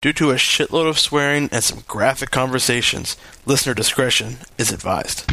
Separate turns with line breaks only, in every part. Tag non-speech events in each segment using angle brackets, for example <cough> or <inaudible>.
due to a shitload of swearing and some graphic conversations. Listener discretion is advised.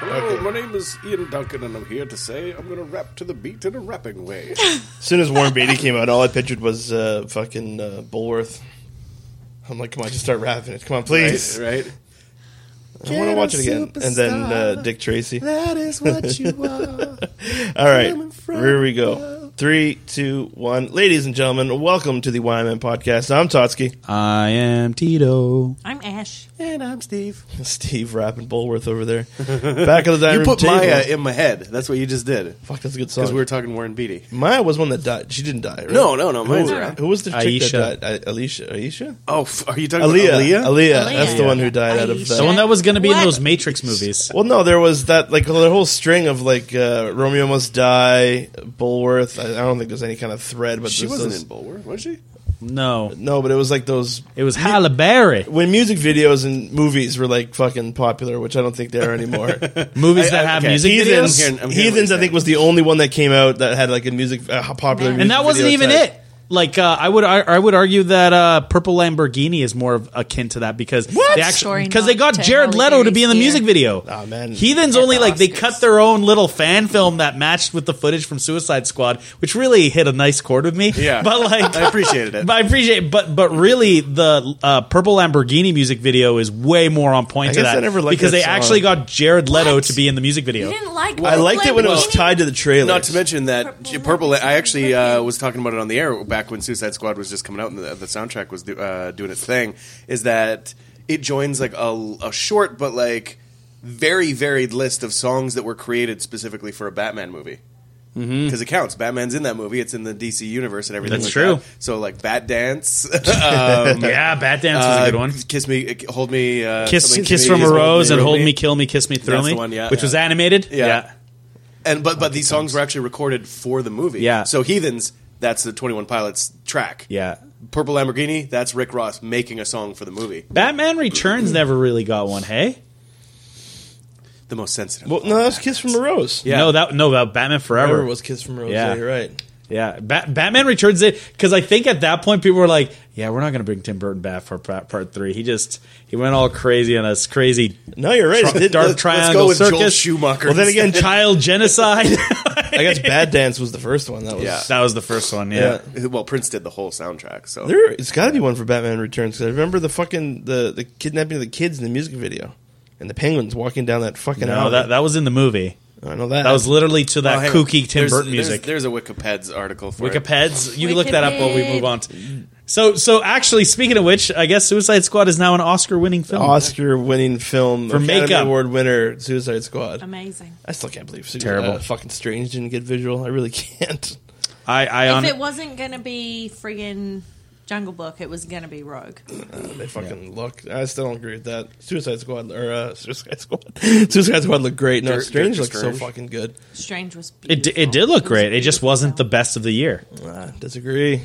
Hello, my name is Ian Duncan, and I'm here to say I'm going to rap to the beat in a rapping <laughs> way.
As soon as Warren Beatty came out, all I pictured was uh, fucking uh, Bullworth. I'm like, come on, just start rapping it. Come on, please.
right? right?
I want to watch it again. And then uh, Dick Tracy.
That is what you are.
All right,
coming from
here we go. Three, two, one. Ladies and gentlemen, welcome to the YMN podcast. I'm Totsky. <laughs>
I am Tito.
I'm Ash.
and I'm Steve.
Steve rapping Bullworth
<laughs>
over there. Back of the dining
You
room
put
table.
Maya in my head. That's what you just did.
Fuck, that's a good
Because
song.
we were talking Warren Beatty.
Maya was one that died. She didn't die, right?
No, no, no. Mine's
Who-
around.
Who was the chick
Aisha.
that died? I- Alicia. Aisha?
Oh, f- are you talking about
Aaliyah.
Aaliyah?
Aaliyah. That's the
Aaliyah.
one who died out of uh,
Aisha.
the.
The one that was going to be in
What?
those Matrix movies.
Well, no, there was that like the whole string of like uh, Romeo must die, Bulworth. I, I don't think there's any kind of thread, but
She
there's
wasn't
those-
in Bulwer, was she?
No.
No, but it was like those
It was Halle Berry.
when music videos and movies were like fucking popular, which I don't think they
<laughs>
are anymore.
Movies
I-
that
I-
have
okay.
music
He's
videos.
Heathens,
I'm hearing- I'm hearing what
Heathens,
you're
I think
saying.
was the only one that came out that had like a music uh, popular, music
and that wasn't
video
even
type.
it. Like uh, I would, I, I would argue that uh, Purple Lamborghini is more of akin to that because
What?
they
Story
because they
not
got
to
Jared
Halle
Leto to
Berry's
be in the
ear.
music video.
Aw, man.
Heathens
At
only
the
like they
Oscars.
cut their own little fan film that matched with the footage from Suicide Squad, which really hit a nice chord with me.
Yeah.
<laughs> but like
I appreciated it.
<laughs> But I appreciate, but but really, the uh, purple Lamborghini music video is way more on point
I
to
guess
that
I never liked
because
that
they
song.
actually got Jared Leto
What?
to be in the music
You
video.
didn't like
I liked it when it was
Lamborghini?
tied to the trailer.
Not to mention that
Purple
J- Purple.
Lamborghini.
I actually uh, was talking about it on the air back when Suicide Squad was just coming out and the, the soundtrack was do, uh, doing its thing. Is that it joins like a, a short but like very varied list of songs that were created specifically for a Batman movie. Because it counts. Batman's in that movie. It's in the DC universe and everything.
Mm-hmm. That's
like
true.
that. So like Bat
<laughs>
Dance,
yeah,
Uh,
Bat Dance was a good one.
Kiss me, uh, hold me. Uh,
Kiss,
something,
kiss
me,
from a
Kiss Me,
rose and
Thrill
hold me, kill me, kiss me, thrill
That's
me,
the one, yeah,
which
yeah.
was animated.
Yeah. And but but these songs were actually recorded for the movie.
Yeah.
So Heathens, that's the Twenty One Pilots track.
yeah, yeah.
Purple Lamborghini, that's Rick Ross making a song for the movie.
Batman Returns never really got one. Hey,
The most sensitive.
Well, no, that was Kiss from a Rose.
Yeah.
no, that no, that Batman Forever
Whatever was Kiss from a Rose.
Yeah.
Yeah, you're right.
Yeah, Bat- Batman Returns it because I think at that point people were like, "Yeah, we're not going to bring Tim Burton back for part, part three. He just he went all crazy on us, crazy
No, you're right. It did-
Dark
<laughs>
let's-
Let's
Triangle
go with Joel
Circus.
Schumacher.
Well,
<laughs>
then again,
child genocide.
I guess Bad Dance was the first one. That was
Yeah.
<laughs> that was the first one. Yeah,
well, Prince did the whole soundtrack. So
There, it's got to be one for Batman Returns because I remember the fucking the, the kidnapping of the kids in the music video, and the penguins walking down that fucking
no,
alley.
that that was in the movie.
I know that.
That was literally to
Oh,
that
hang on.
kooky Tim
There's-
Burton
there's-
music.
There's, a Wikipeds article for it.
Wikipeds. You can look that up while we
Wikiped.
move on. To, so so actually, speaking of which, I guess Suicide Squad is now an Oscar-winning film.
<laughs> Oscar-winning film
For
Academy
makeup.
Award winner Suicide Squad.
Amazing.
I still can't believe Su-
Terrible.
uh, fucking Strange didn't get visual. I really <laughs> can't.
I I
If
on,
it wasn't going to be friggin' Jungle Book, it was going to be Rogue.
They fucking look. I still don't agree with that. Suicide Squad or uh, Suicide Squad. <laughs> Suicide Squad looked great. No,
Dirt-
Strange
Dirt
looked so
Strange.
fucking good.
Strange was
it,
beautiful.
di- it did look
was
great. It just wasn't the
beautiful.
best of the year.
Uh, disagree.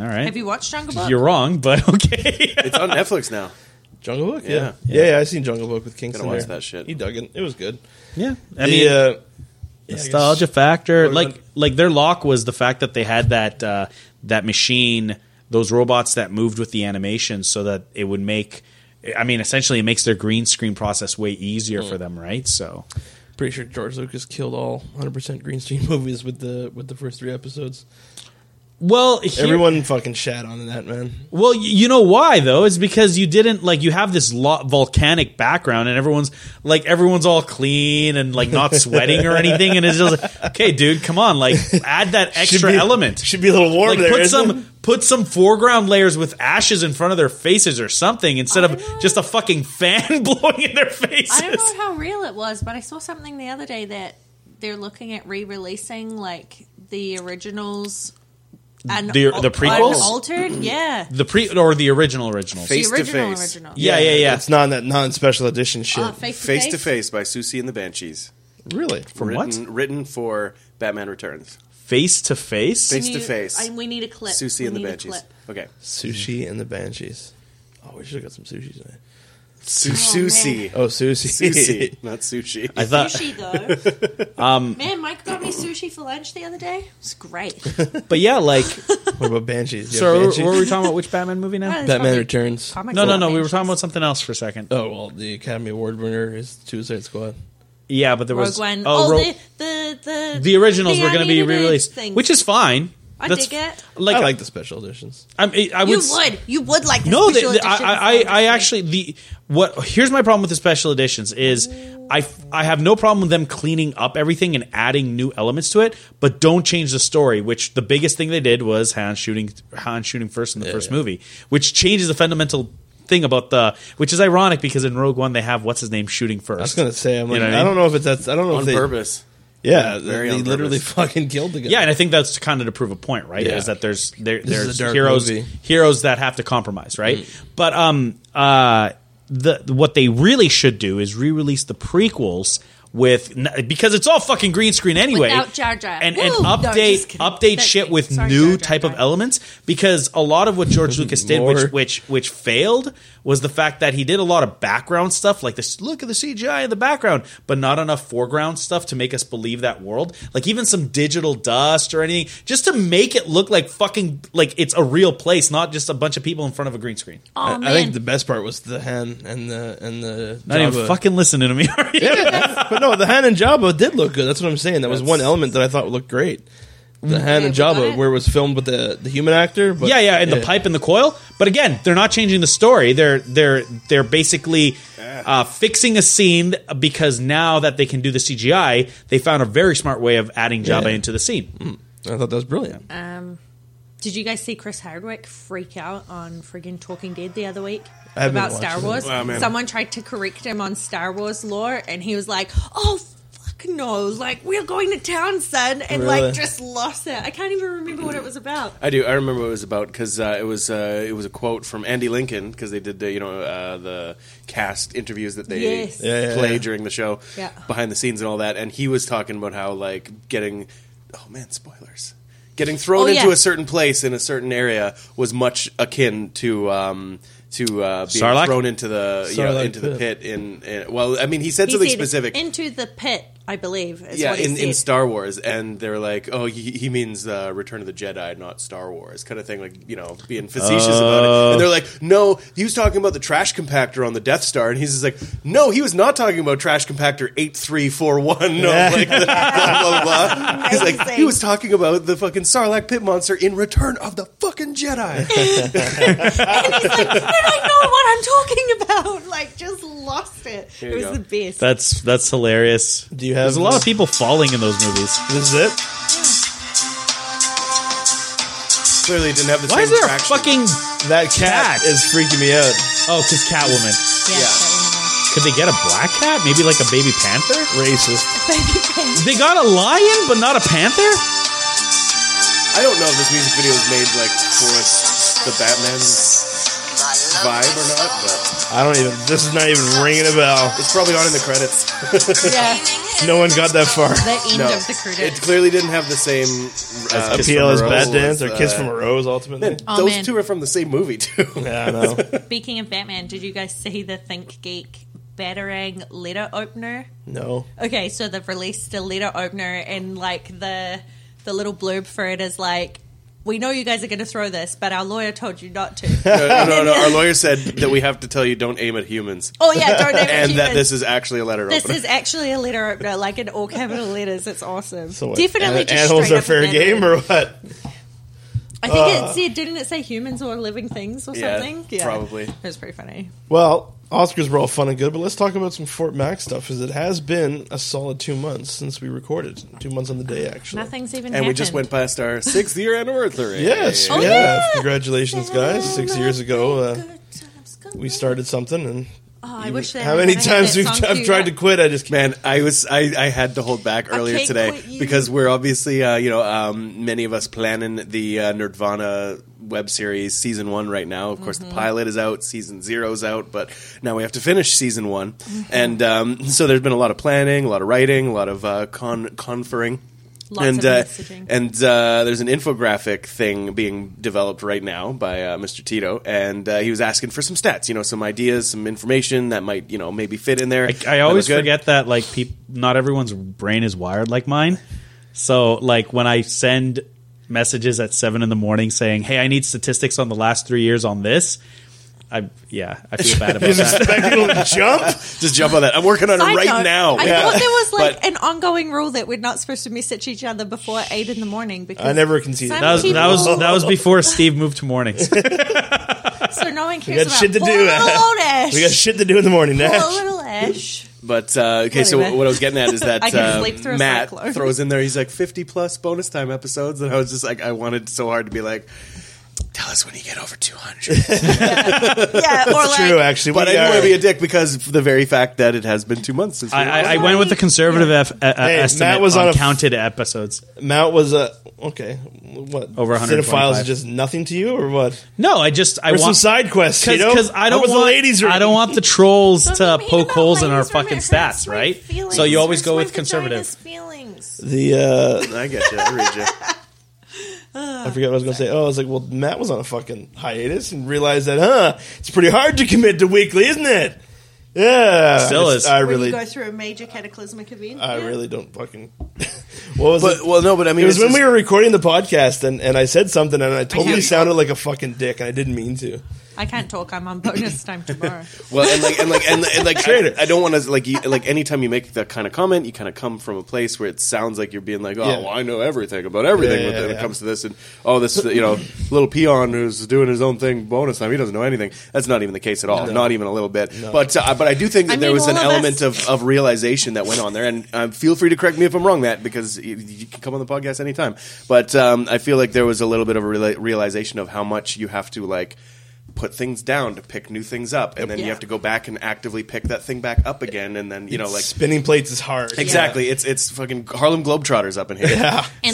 All right.
Have you watched Jungle Book?
You're wrong, but <laughs> okay.
It's on Netflix
<laughs>
now.
Jungle Book.
Yeah.
Yeah. Yeah. yeah, I seen Jungle Book with Kingston.
watch
there.
that shit.
He dug it. It was good.
yeah, I
The,
mean,
uh, yeah, I guess-
nostalgia factor.
Would've
Like,
been-
like their lock was the fact that they had that uh, that machine, those robots that moved with the animation, so that it would make. I mean, essentially, it makes their green screen process way easier
Hmm.
for them, right? So,
Pretty <laughs> sure George Lucas killed all 100% green screen movies with the with the first three episodes.
Well, here-
Everyone fucking shat on that man.
Well, y- you know why though? It's because you didn't like you have this lo- volcanic background, and everyone's like everyone's all clean and like not sweating or anything, and it's just like, okay, dude, come on, like add that extra
Should be-
element.
Should be a little warm
like
there.
put
isn't
some
it?
put some foreground layers with ashes in front of their faces or something instead of
know.
just a fucking fan <laughs> blowing in their
I don't know
faces.
how real it was, but I saw something the other day that they're looking at re-releasing like the originals and
The- the prequels? Mm-hmm.
altered. Yeah,
The pre or the original original.
Face
the
to
original
face.
original.
Yeah, yeah, yeah.
It's not that non-special edition shit.
Uh, face,
Face to
face.
Face by Susie and the Banshees.
really?
From what?
Written, written for Batman Returns.
Face to face.
Face-
Can
to
you-
face.
I, we need a clip.
Susie
we
and the
need a Oh,
Banshees.
clip.
Okay.
Sushi and the Banshees. Oh, we should have got some sushi tonight.
Su-
man.
Susie.
Oh, sushi.
Susie,
<laughs>
not sushi.
I thought,
Sushi
<laughs>
though. um, Man, Mike got me sushi for lunch the other day. It's <laughs> great.
but yeah,
<laughs>
like.
<laughs> what about Banshees? Yeah,
so,
Banshees.
what were we talking about? Which Batman movie now?
Batman Returns.
Comic
No, no,
book
no. We were
Banshees.
talking about something else for a second. Uh,
Oh well, the Academy Award winner is Suicide Squad.
Yeah, but there
Rogue
was
One.
Oh,
Oh,
Ro-
the, the the
the originals
the
were going to be
animated
re-released,
things.
which is fine.
I
That's,
dig it.
Like,
I like the special editions.
I'm- I, I would.
you would,
s-
you would like this
No, the,
special
the- I,
edition
I, I-
Star
I
Wars
actually the what. Here's my problem with the special editions is I, f- I have no problem with them cleaning up everything and adding new elements to it, but don't change the story. Which the biggest thing they did was Han shooting Han shooting first in the first
yeah.
movie, which changes the fundamental thing about the. Which is ironic because in Rogue One they have what's his name shooting first.
I was gonna say, I'm
You
like,
know what I
I
mean?
don't know if it's that's. I don't know if
on
they.
purpose.
Yeah,
Very
they
on
literally
purpose.
fucking killed the guy.
Yeah, and I think that's kind of to prove a point, right?
Yeah.
Is that there's there,
is
there's
a dark
heroes
movie. Mm-hmm.
heroes that have to compromise, right? But um uh the what they really should do is re-release the prequels with n- because it's all fucking green screen anyway.
Without Jar Jar.
And, and
Woo! No, just
update
kidding.
update
Thank
shit
you.
with
Sorry,
new
Jar Jar,
type of
Jar Jar.
elements because a lot of what George Lucas did
More.
which which which failed was the fact that he did a lot of background stuff like this look at the CGI in the background but not enough foreground stuff to make us believe that world like even some digital dust or anything just to make it look like fucking like it's a real place not just a bunch of people in front of a green screen
Oh,
I, I
man.
think the best part was the Han and the and the.
not even
Jabba.
fucking listening to me <laughs> are you?
<laughs> but no, the Han and Jabba did look good. That's what I'm saying. That was one element that I thought looked great. The Han and
Okay, Mm-hmm. we got
Jabba,
it.
where it was filmed with the, the human actor. But
yeah, yeah, and the pipe and the coil. But again, they're not changing the story. They're they're they're basically uh, fixing a scene because now that they can do the CGI, they found a very smart way of adding Jabba
Yeah.
into the scene.
I thought that was brilliant.
Uh, Did you guys see Chris Hardwick freak out on friggin' Talking Dead the other week
I haven't
about
watched
Star
it.
Wars?
Wow, man.
Someone tried to correct him on Star Wars lore, and he was like, "Oh." fuck No, like we're going to town, son, and
Really?
like just lost it. I can't even remember what it was about.
I do. I remember what it was about because uh, it was uh, it was a quote from Andy Lincoln because they did the, you know uh, the cast interviews that they
Yes. Yeah,
yeah,
play
yeah.
during the show
Yeah.
behind the scenes and all that. And he was talking about how like getting oh man spoilers getting thrown
Oh, yeah.
into a certain place in a certain area was much akin to. Um, to uh, being
Sarlacc?
thrown into the you know,
Sarlacc
into the
pit.
pit in, in well, I mean, he said
He
something
said,
specific.
Into the pit, I believe. Is
yeah,
what he
in, in
said.
Star Wars, and they're like, "Oh, he, he means uh, Return of the Jedi, not Star Wars," kind of thing. Like, you know, being facetious about it. And they're like, "No, he was talking about the trash compactor on the Death Star," and he's just like, "No, he was not talking about trash compactor eight three four one. <laughs> No, like blah blah
<laughs>
blah." He's like,
Amazing.
"He was talking about the fucking Sarlacc pit monster in Return of the fucking
<laughs>
Jedi."
and he's like, I don't know what I'm talking about. <laughs> Like, just lost it.
you
it was
go.
the best.
That's that's hilarious.
Do you have-
There's a lot of people falling in those movies.
This is it.
Clearly, didn't have the
Why
same
is there a
traction.
fucking
That cat
Cat.
is freaking me out.
oh? Because Catwoman.
yeah.
Could they get a black cat? Maybe like a baby panther.
Racist.
Baby
They got a lion, but not a panther.
I don't know if this music video was made like for the Batman vibe or not, but
I don't even. This is not even ringing a bell.
it's probably on in the credits.
pig. <laughs> yeah.
No one got that far.
The end
No.
of the
It
credits.
clearly didn't have the same uh,
Kiss
Appeal
from a
is
Rose
bad dance or
uh,
kiss from a rose. <laughs> Ultimately,
Man,
Oh,
those
man.
two are from the same movie too.
yeah, I know.
Speaking of Batman, did you guys see the Think Geek Batarang letter opener?
No,
Okay, so they've released a letter opener, and like the the little blurb for it is like, "We know you guys are going to throw this, but our lawyer told you not to."
<laughs> <laughs> no, no, no, no. Our lawyer said that we have to tell you don't aim at humans,
oh yeah, don't name it
and that
humans.
this is actually a letter
This
opener.
is actually a letter opener, like in all capital letters. It's awesome.
So what,
Definitely,
an-
just
animals
straight
are
up
fair
letter.
game or what?
I think it said, didn't it say humans or living things or
Yeah,
something?
probably.
It was pretty funny.
Well, Oscars were all fun and good, but let's talk about some Fort Mac stuff. Because it has been a solid two months since we recorded. Two months on the day, actually.
Nothing's even
and we just went past our sixth year anniversary.
Yes,
Oh,
we
yeah.
have. Congratulations, guys. Six years ago, uh, we started something, and
Oh, I wish they
how many
had that
times we've
song
I've
queued
tried
up.
to quit? I just
<laughs>
can't.
<laughs> Man, I was I, I had to hold back earlier
can't
today
quit you.
because we're obviously uh, you know um, many of us planning the uh, Nirvana web series season one right now. Of course, the
Mm-hmm.
pilot is out, season zero's out, but now we have to finish season one,
Mm-hmm.
and um, so there's been a lot of planning, a lot of writing, a lot of uh, con- conferring.
Lots
and
of
uh,
messaging.
and uh, there's an infographic thing being developed right now by uh, Mr. Tito, and uh, he was asking for some stats, you know, some ideas, some information that might, you know, maybe fit in there.
I,
that
I always
look good.
forget that like peop- not everyone's brain is wired like mine. So like when I send messages at seven in the morning saying, "Hey, I need statistics on the last three years on this," I yeah, I feel
<laughs>
bad about that.
jump.
Just jump on that. I'm working on it
Side
right
note,
now.
I
Yeah.
thought there was like
But-
an ongoing rule that we're not supposed to message each other before eight in the morning. Because
I never conceded.
some
That was, that was
people-
that was before Steve moved to mornings.
so no one cares
got
about
shit to
poor
do,
Little
uh,
old
<laughs>
Ash.
We got shit to do in the morning,
Poor
Nash. <laughs>
little Ash.
But uh, okay, so
Anyway.
what I was getting
<laughs>
at is that
I can
uh,
sleep through a
Matt
cyclone.
throws in there. He's like 50 plus bonus time episodes, and I was just like, I wanted so hard to be like, tell us when you get over <laughs> 200.
Yeah, or like
True, actually.
but I
we
didn't
are-
want to be a dick because of the very fact that it has been two months since we
I, I, I
recorded.
went with the conservative f- uh, uh,
Hey,
estimate
Matt was
on,
on a f-
counted episodes.
Mount was a okay. What
Over
Cinephiles
125.
is just nothing to you, or what?
No, I just I
Or some
want
side quests? you know?
because I
What
don't
was
want
the ladies. room?
I don't want the trolls
Don't
to
be mean
poke
about
holes in our
ladies' room,
fucking
it hurts
stats,
my
right?
feelings,
So you
it
always
hurts
go
my
with
vagina's
conservative.
Feelings.
the. Uh,
I get you. I read you.
I forgot what I was going to say. Oh, I was like, well, Matt was on a fucking hiatus and realized that, huh? It's pretty hard to commit to weekly, isn't it? Yeah,
Still
It's-
is.
I
When
really,
you go through a major cataclysmic event.
I
yeah.
really don't fucking. <laughs> what was it?
But well, no, but I mean,
It was
it's
when
just-
we were recording the podcast, and, and I said something, and I totally
can't-
sounded like a fucking dick, and I didn't mean to.
I can't talk. I'm on bonus time tomorrow.
Well, and like, and like, and, and
<laughs>
like,
Traitor.
I, I don't want to like, you, like, anytime you make that kind of comment, you kind of come from a place where it sounds like you're being like, oh,
Yeah.
well, I know everything about everything
Yeah,
when
yeah,
it
yeah.
comes to this, and oh, this, you know, little peon who's doing his own thing, bonus time, he doesn't know anything. That's not even the case at all, not even a little bit. But, uh, but I do think that
I
there
mean,
was an
all of
element
us-
of, of realization that went on there, and um, feel free to correct me if I'm wrong, Matt, because you, you can come on the podcast anytime. But um, I feel like there was a little bit of a reala- realization of how much you have to like. Put things down to pick new things up, and then you
Yeah.
have to go back and actively pick that thing back up again, and then you know, like
spinning plates is hard.
exactly, it's it's fucking Harlem Globetrotters up in here.
And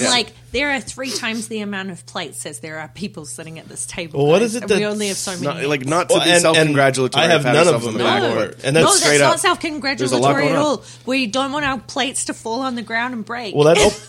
Yeah.
like, there are three times the amount of plates as there are people sitting at this table.
Well, what is
guys,
it
and we
that's
only have so many.
Not, like not to
Well,
be
and- and
self-congratulatory.
I have
pat
none of
ourselves on
them
the back,
no,
anymore.
but-
And
no,
that's
that's
straight
up. There's
not
a lot
self-congratulatory
going
at
on.
all. We don't want our plates to fall on the ground and break.
Well, that's
uh,
Opa.
<laughs>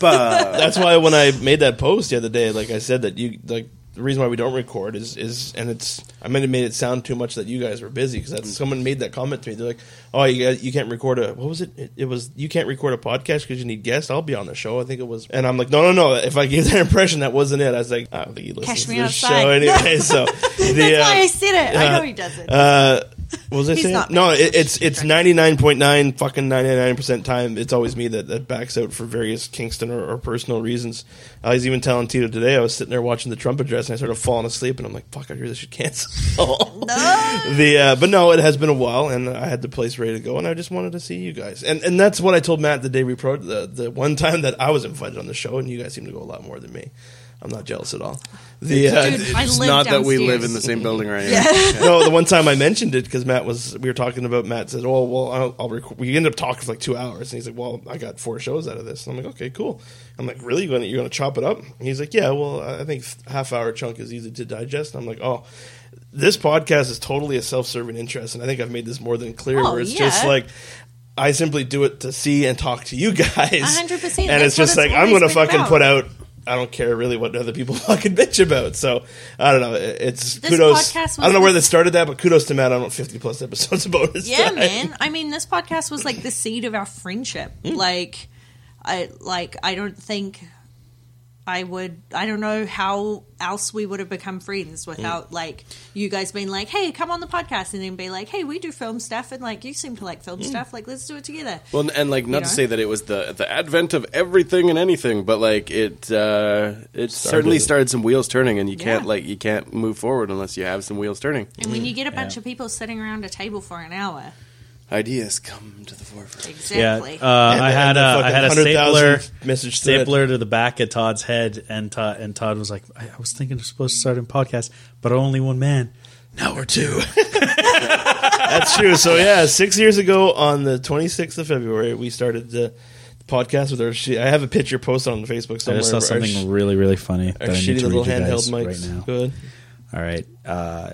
that's why when I made that post the other day, like I said that you like the reason why we don't record is is and it's I mean it made it sound too much that you guys were busy because
Mm.
that's someone made that comment to me. They're like, "Oh, you guys, you can't record a what was it? it? It was you can't record a podcast because you need guests. I'll be on the show. I think it was." And I'm like, "No, no, no. If I gave that <laughs> impression, that wasn't it." I was like, "I don't think he listens
Catch
to
me
this
outside.
show anyway."
<laughs>
So the,
That's why
uh,
I said it. I
uh,
know he doesn't.
uh, what was I
He's
saying?
not
No,
bad.
it, it's it's ninety nine point nine fucking ninety nine percent time. It's always me that, that backs out for various Kingston or, or personal reasons. I was even telling Tito today. I was sitting there watching the Trump address and I started falling asleep. And I'm like, fuck, I really should cancel. <laughs> the uh, but no, it has been a while, and I had the place ready to go, and I just wanted to see you guys. And and that's what I told Matt the day we pro the the one time that I was invited on the show, and you guys seem to go a lot more than me. I'm not jealous at all. The uh,
Dude, I
it's
live
not that we
downstairs.
live in the same building right
Yeah.
now.
<laughs>
no, the one time I mentioned it because Matt was we were talking about Matt said, "Oh, well, I'll, I'll record." We ended up talking for like two hours, and he's like, "Well, I got four shows out of this." And I'm like, "Okay, cool." I'm like, "Really? You're gonna, you're gonna chop it up?" And he's like, "Yeah, well, I think half hour chunk is easy to digest." And I'm like, "Oh." This podcast is totally a self-serving interest, and I think I've made this more than clear.
Oh,
where it's
yeah.
just like I simply do it to see and talk to you <laughs> guys,
100%.
and it's
That's
just
what
like
it's
I'm going to
always been
fucking
about.
put out. I don't care really what other people <laughs> fucking bitch about. So I don't know. It- It's
This
kudos.
podcast was
I don't know where
the-
this started that, but kudos to Matt. I don't 50 plus episodes about his
yeah,
time.
man. I mean, this podcast was like the
Hmm.
seed of our friendship. Like, I like I don't think I would I don't know how else we would have become
Hmm.
friends without like you guys being like, Hey, come on the podcast and then be like, Hey, we do film stuff and like you seem to like film
Hmm.
stuff, like let's do it together.
Well, and, and like not to
know?
say that it was the the advent of everything and anything, but like it uh, it certainly
it.
started some wheels turning, and you can't
Yeah.
like you can't move forward unless you have some wheels turning.
And when you get a bunch of people sitting around a table for an hour.
Ideas come to the forefront.
Exactly.
Yeah, uh,
And-
I had
and
a,
the
I
fucking
had a
100,000
stapler
message thread.
stapler to the back of Todd's head, and Todd, and Todd was like, I, I was thinking I'm supposed to start a podcast, but only one man. Now we're two.
<laughs> That's true.
<laughs>
So yeah, six years ago on the 26th of February, we started the podcast with our. She- I have a picture posted on Facebook somewhere.
I just saw
of our sh-
something really really funny
our
that I need
shitty
to read
little
you guys
handheld
right
mics.
now.
Go ahead.
All right. Uh,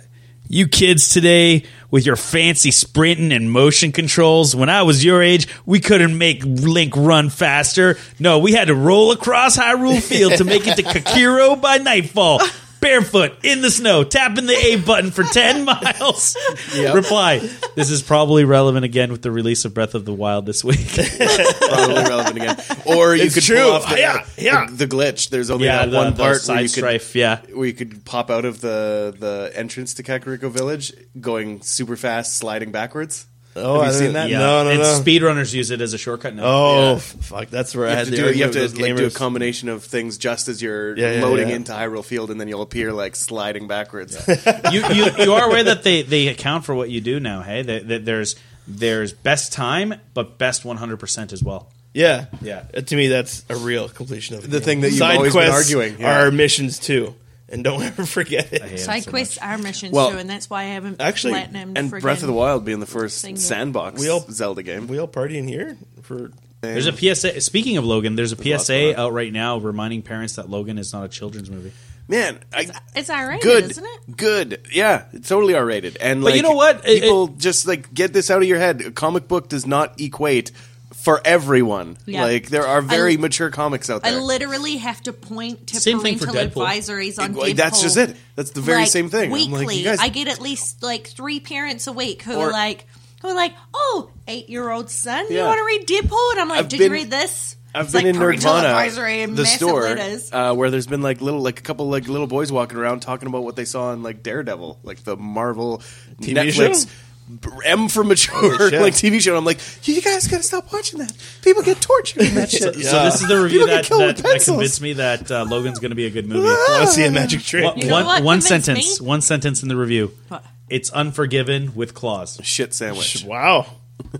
you kids today with your fancy sprinting and motion controls. When I was your age, we couldn't make Link run faster. No, we had to roll across Hyrule Field to make it to Kakiro by nightfall. Barefoot in the snow, tapping the A button for 10 <laughs> miles. Reply. This is probably relevant again with the release of Breath of the Wild
<laughs>
this week.
<laughs> Probably relevant again. Or you
It's
could
true.
pull off the,
Yeah, yeah.
the, the glitch. There's only
yeah,
that
uh, the,
one
the
part where
side
you could,
strife. Yeah.
where you could pop out of the the entrance to Kakariko Village, going super fast, sliding backwards.
Oh,
have
I
you seen
didn't-
that?
yeah. No, no,
and
no.
speedrunners use it as a shortcut now.
Oh
Yeah.
f- fuck! That's where I
You
had
have to
the
do, you have
argument
to
with
like, do a
gamers.
combination of things just as you're
Yeah, yeah,
loading
yeah.
into Hyrule Field, and then you'll appear like sliding backwards.
<laughs> you, you you are aware that they, they account for what you do now. Hey, that, that there's there's best time, but best one hundred percent as well.
Yeah,
Yeah.
Uh, To me, that's a real completion of
The thing that you've
Side
always been
quests
arguing, yeah.
Are missions too, and don't <laughs> ever forget it.
I hate it
Side
so
quests are missions
Well,
too, and that's why I haven't
actually,
platinumed
and
friggin-
Breath of the Wild being the first
thing that-
sandbox
We all-
Zelda game.
We all party in here for
much. There's a PSA. Speaking of Logan, there's a
lots going
PSA
on.
out right now reminding parents that Logan is not a children's movie.
Man, I,
It's ironic,
good,
isn't it?
good. Yeah, it's totally R rated. And
But
like,
you know what? It-
people just like get this out of your head. A comic book does not equate for everyone.
Yeah.
Like there are very
I-
mature comics out
I
there.
literally have to point to
Same thing for
parental
Deadpool.
advisories on
Like,
Deadpool.
that's just it. That's the very
like,
same thing. I'm
Weekly,
like, you guys-
I get at least like three parents a week who
Or-
are like, who are like, oh, eight year old son, you
Yeah.
want to read Deadpool? And I'm like,
I've
did
been-
you read this?
I've
It's
been
like
in
parental
Nirvana,
advisory in
the
massive
store,
letters.
uh, where there's been like little, like a couple like little boys walking around talking about what they saw in like Daredevil, like the Marvel Netflix
show?
b- M for mature
shit.
like TV show. And I'm like, you guys gotta stop watching that. People get tortured in that
<laughs>
shit.
So this is
<laughs>
the review
People get
that,
killed
that,
with
that
pencils.
convinced me that uh, Logan's going to be a good
<laughs>
movie.
want to see a magic trick.
One-
You know
one-
what
one
convinced
sentence.
me?
One sentence in the review.
What?
It's Unforgiven with claws.
shit sandwich.
Wow.
<laughs>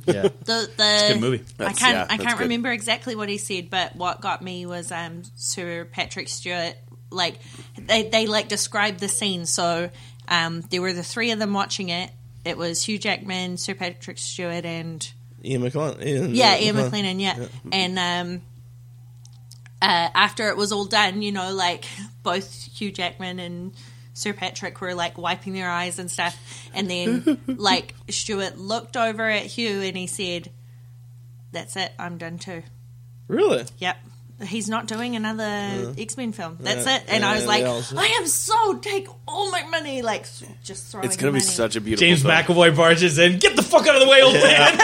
Yeah,
the the
good movie.
I
That's-
can't
yeah,
I
that's
can't
good.
remember exactly what he said, but what got me was um Sir Patrick Stewart like they they like described the scene. So um there were the three of them watching it. It was Hugh Jackman, Sir Patrick Stewart, and
Ian McClellan. Ian,
yeah, Ian McLennan, yeah. And um, uh, after it was all done, you know, like both Hugh Jackman and Sir Patrick were like wiping their eyes and stuff. And then, like, Stuart looked over at Hugh and he said, That's it, I'm done too.
Really?
Yep. He's not doing another X Men film. That's
Yeah.
it. And I was
Yeah,
like,
yeah, also-
I am so take all my money, like just throwing.
It's gonna be
money.
such a beautiful.
James
film.
McAvoy barges in. Get the fuck out of the way, old man.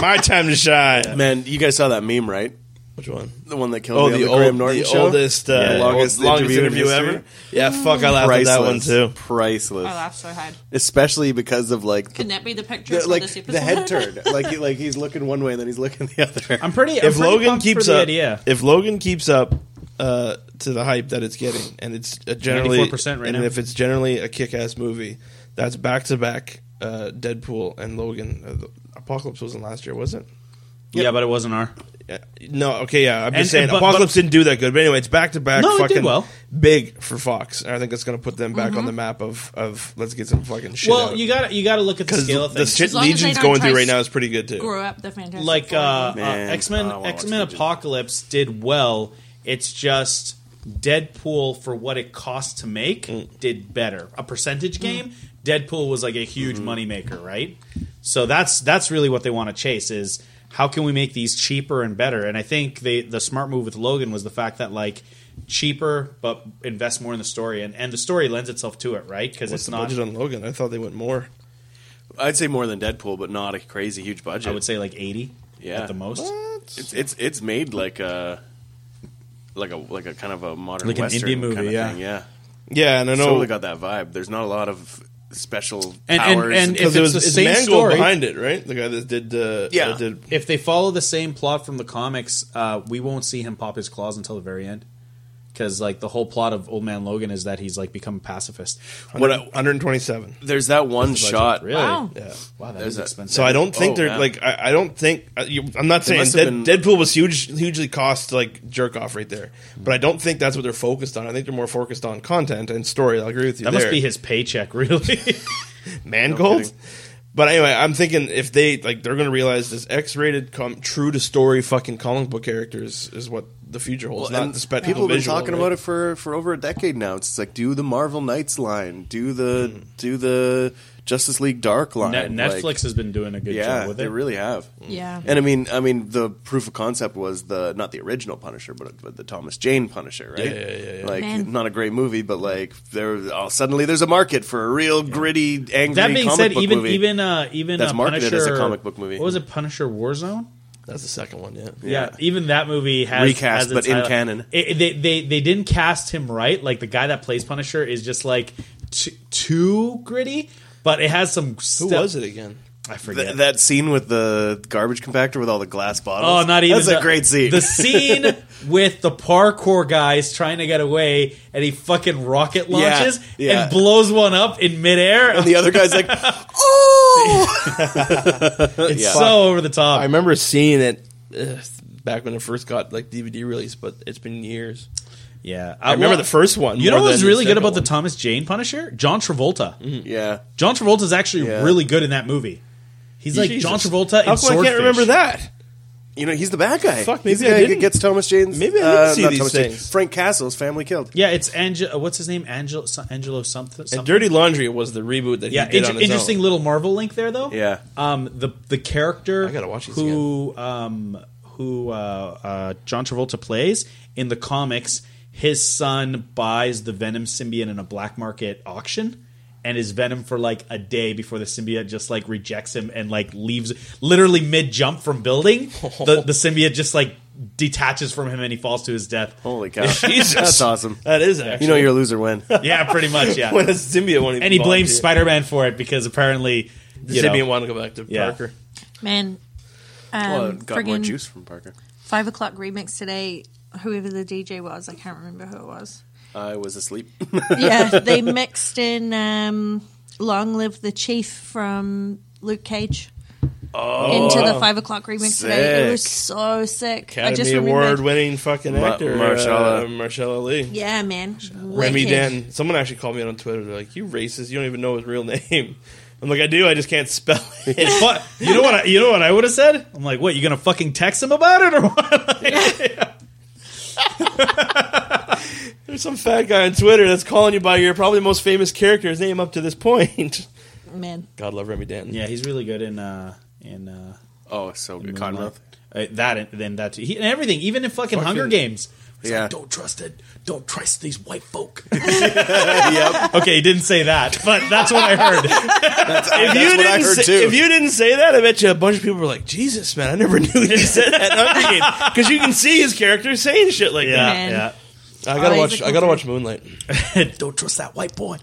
My time to shine.
Man, you guys saw that meme, right?
Which one?
The one that killed
Oh,
me on
the,
the Graham
old,
Norton
the
show?
oldest, uh,
Yeah. Longest
longest, longest
interview in
interview,
history.
ever. Yeah, fuck, I laughed
priceless,
at that one too.
Priceless,
Oh, I laughed so hard.
especially because of like the,
Can that be the picture?
the-
for
like
this episode?
the head turn. like he- like he's looking one way and then he's looking the other.
<laughs> <laughs> I'm pretty. I'm
If
pretty
Logan
pumped for
keeps
the
up,
idea.
if Logan keeps up uh, to the hype that it's getting, and it's a generally
94% right
and
now.
if it's generally a kick-ass movie, that's back to back Deadpool and Logan. Uh, the- Apocalypse wasn't last year, was it?
Yeah, but it wasn't our.
Yeah. No, okay, yeah. I'm just
And-
saying,
and- but-
Apocalypse
but-
didn't do that good. But anyway, it's back to back.
No, it did
fucking
well. Mm-hmm.
Big for Fox, and I think that's going to put them back on the map of of let's get some fucking shit.
Well,
out.
you got to you got to look at the
because
scale of
the
things.
shit
As long as they
Legion's
don't
going
try
through right
s-
now is pretty good too.
Grew up the fantastic.
like uh,
Four.
uh,
Man,
X Men,
I wanna watch
X Men
Legion.
Apocalypse did well. It's just Deadpool for what it cost to make
Mm.
did better. A percentage game. Deadpool was like a huge
Mm-hmm.
moneymaker, right? So that's that's really what they want to chase is how can we make these cheaper and better? And I think they the smart move with Logan was the fact that like cheaper but invest more in the story and, and the story lends itself to it, right? Because
What's
it's
the
not
budget on Logan? I thought they went more.
I'd say more than Deadpool, but not a crazy huge budget.
I would say like eighty
Yeah.
at the most.
it's it's it's made like a like a like a kind of a modern
Like an
western
indie movie,
kind of
yeah.
thing. Yeah,
Yeah, and I know
totally got that vibe. There's not a lot of special
And- and-
powers.
and if
because it
it's
was
the
it's
same
Mangold
story-
behind it, right? The guy that did uh,
Yeah.
uh, did
If they follow the same plot from the comics, uh, we won't see him pop his claws until the very end. Because like the whole plot of Old Man Logan is that he's like become a pacifist.
What I-
127.
there's that one
budget,
shot.
Really?
Wow.
Yeah.
Wow, that
There's
is
a-
expensive.
So
<laughs>
I don't think
Oh,
they're
wow.
like I, I don't think uh, you, I'm not saying
must have
Dead,
been-
Deadpool was huge hugely cost like jerk off right there, but I don't think that's what they're focused on. I think they're more focused on content and story. I agree with you.
that must
there.
be
<laughs>
his paycheck, really.
Mangold.
No kidding.
but anyway, I'm thinking if they like, they're going to realize this X-rated, com- true to story, fucking comic book characters is what the future holds.
Well,
not the spectacle.
people have been
visual,
talking
right?
about it for, for over a decade now. It's like do the Marvel Knights line, do the do the Justice League Dark line.
Hmm. Net- Netflix
like-
has been doing a good
yeah,
job with
they
it.
really have.
Yeah.
and I mean, I mean, the proof of concept was the not the original Punisher, but, but the Thomas Jane Punisher, right?
Yeah, yeah, yeah, yeah.
Like,
Man.
not a great movie, but like there oh, suddenly there's a market for a real gritty, angry.
that being
comic
said,
book
even
movie.
even uh, even
That's
uh,
marketed
Punisher,
as a comic book movie.
What was it, Punisher Warzone?
That's the second one. Yeah.
Yeah. even that movie has
Recast,
has its
but in
highlight-
canon.
It- they, they they didn't cast him right. Like the guy that plays Punisher is just like t- too gritty. But it has some.
Who
Step-
was it again?
I forget.
Th- that scene with the garbage compactor with all the glass
Oh,
bottles.
not even.
That's
the,
a great <laughs> scene.
The scene with the parkour guys trying to get away, and he fucking rocket
Yeah,
launches
yeah.
and blows one up in midair.
and the other guy's like, "Oh!"
it's
yeah.
so over the top.
I remember seeing it uh, back when it first got like DVD release, but it's been years.
yeah,
I remember the first one.
You
more
know what was
than
really good
second
about the
one.
Thomas Jane Punisher? John Travolta.
Mm-hmm. yeah.
John Travolta's actually
Yeah.
really good in that movie. He's like
Jesus.
John Travolta.
How come I
in
can't
Swordfish.
remember that?
You know, he's the bad guy.
Fuck,
he's the
maybe I
guy that
didn't-
gets Thomas Jane's.
maybe I didn't
uh,
see
not
these
Thomas Jane,
things.
Frank Castle's family killed.
Yeah, it's Angelo. What's his name? Angelo. Angelo something.
And
something.
Dirty Laundry was the reboot that
yeah,
he did
inter-
on his
interesting
own.
little Marvel link there though.
Yeah.
Um, the the character
I gotta watch these
who um who uh, uh, John Travolta plays in the comics, his son buys the Venom symbiote in a black market auction. And is Venom for like a day before the symbiote just like rejects him and like leaves literally mid jump from
<laughs>
building. The, the symbiote just like detaches from him and he falls to his death.
Oh.
Holy
<laughs>
cow! that's awesome.
That is actually
You know, you're a loser when.
Yeah, pretty much.
<laughs>
Yeah.
when a symbiote wanted
and he blames Spider Man for it because apparently
The
you know,
symbiote wanted to go back to
Yeah.
Parker.
Man. Um,
well, it got more
friggin'
juice from Parker.
Five o'clock remix today. Whoever the DJ was, I can't remember who it was.
I was asleep. <laughs>
yeah, they mixed in um, "Long Live the Chief" from Luke Cage into the five o'clock remix today. It was
Sick.
so sick. I just
Academy
remembered.
Award winning fucking
Ma-
actor
Marshala.
uh, Marshala Lee.
Yeah, man.
Remy
Wicked.
<laughs> Dan. Someone actually called me out on Twitter. They're like, "You racist! You don't even know his real <laughs> name." I'm like, "I do. I just can't spell <laughs> it."
It's fu- you know what? I, you know what I would have said? I'm like, what? You gonna fucking text him about it or what?
There's some fat guy on Twitter that's calling you by your probably most famous character's name up to this point. <laughs>
Man,
God love Remy Dan.
yeah, he's really good in uh in uh
oh, so good. Cottonmouth.
Moonlight. Uh, that and then that too. He, and everything, even in fucking, Hunger Games. He's
Yeah. <laughs>
like, don't trust it. Oh, Don't trust these white <laughs> folk.
yep.
okay, he didn't say that, but that's what I <laughs> heard.
If
That's
you,
what I
didn't
heard,
say,
too.
if you didn't say that, I bet you a bunch of people were like, Jesus, man, I never <laughs> knew he said that <laughs> in Hunger Games. Because you can see his character saying shit like
Man.
Yeah,
that. I gotta
Eyes
watch
are
I gotta
cool.
watch Moonlight.
yeah. <laughs> don't trust that white boy.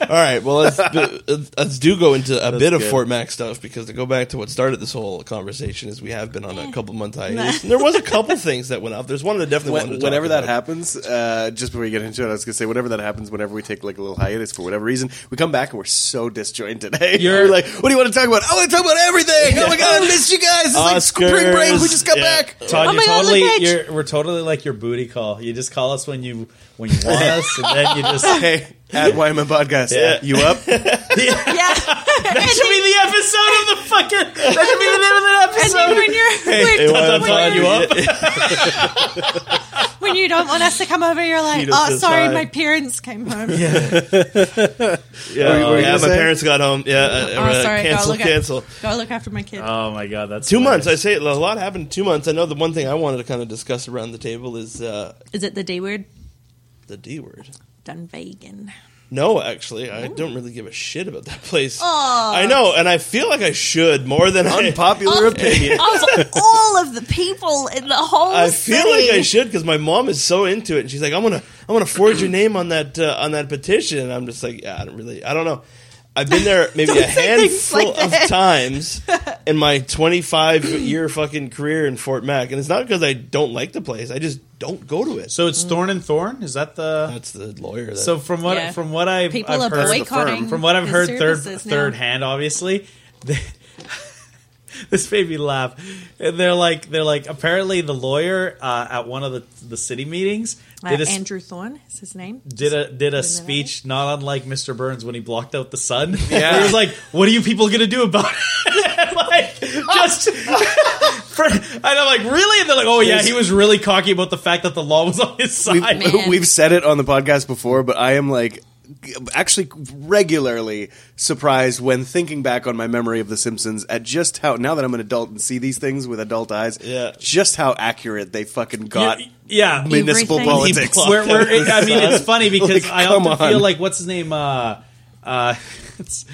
All right, well let's <laughs> let's do go into a bit of
good.
Fort Mac stuff because to go back to what started this whole conversation is we have been on a couple month hiatus. And there was a couple things that went up. There's one that I definitely wanted
When,
to talk
whenever that
about.
happens, uh, just before we get into it, I was gonna say whenever that happens, whenever we take like a little hiatus for whatever reason, we come back and we're so disjointed. <laughs> Hey,
You're-
you're like, what do you want to talk about? I want to talk about everything. Oh my god, I missed you guys. It's like spring break. We just got
Yeah.
back.
Todd,
Oh
you're
my God,
totally,
look at
you're, we're totally like your booty call. You just call us when you when you want us, and then you <laughs> just
Hey, at Wyman Podcast,
Yeah.
you up?
yeah. that
should be the episode of the fucking. That should be the name of that
And
episode.
then when you're <laughs> when,
Hey, well,
when
Todd,
you're-
you up?
when you don't want us to come over, you're like,
Fetus
oh,
is
sorry,
high."
my parents came home.
Yeah,
What were you- what were you
yeah,
gonna
my
say?
parents got home. Yeah, uh,
Oh,
uh,
sorry,
cancel,
go look
cancel.
At, go look after my kid.
<laughs> Oh my god, that's
Two
hilarious.
months. I say it, a lot happened in two months. I know the one thing I wanted to kind of discuss around the table is uh,
Is it the D word?
the D word.
Dunvegan.
No, actually, I don't really give a shit about that place. I know, and I feel like I should more than I. <laughs>
Unpopular opinion.
<laughs> of all of the people in the whole
I
city.
feel like I should because my mom is so into it, and she's like, "I'm gonna, I'm gonna forge your name on that uh, on that petition." And I'm just like, "Yeah, I don't really, I don't know." I've been
<laughs>
there maybe a
Don't say things
handful
like that.
of
<laughs>
times in my 25 year fucking career in Fort Mac, and it's not because I don't like the place; I just don't go to it.
So it's Thorn and Thorn. Is that the?
That's the lawyer. That,
So from what
Yeah.
from what I've,
People
I've
are
heard
boycotting
from what I've
his
heard third
services now.
third hand, obviously. they- <laughs> this made me laugh. And they're like they're like apparently the lawyer uh, at one of the the city meetings
Uh,
did a, s-
Andrew Thorne is his name.
did a did a
that
speech not unlike Mr. Burns when he blocked out the sun. <laughs>
Yeah.
he was like, "What are you people gonna do about it?" <laughs> like just. <laughs> for- and I'm like, really? And they're like, oh yeah, he was really cocky about the fact that the law was on his
<laughs>
side.
Oh,
Man.
We've said it on the podcast before, but I am like g- actually regularly surprised when thinking back on my memory of The Simpsons at just how now that I'm an adult and see these things with adult eyes,
Yeah.
just how accurate they fucking got
yeah,
<laughs> municipal
Everything.
politics.
We're, we're, it, I mean, it's funny because
Like,
I
come
often feel
on.
like what's his name? Uh, uh, <laughs> it's,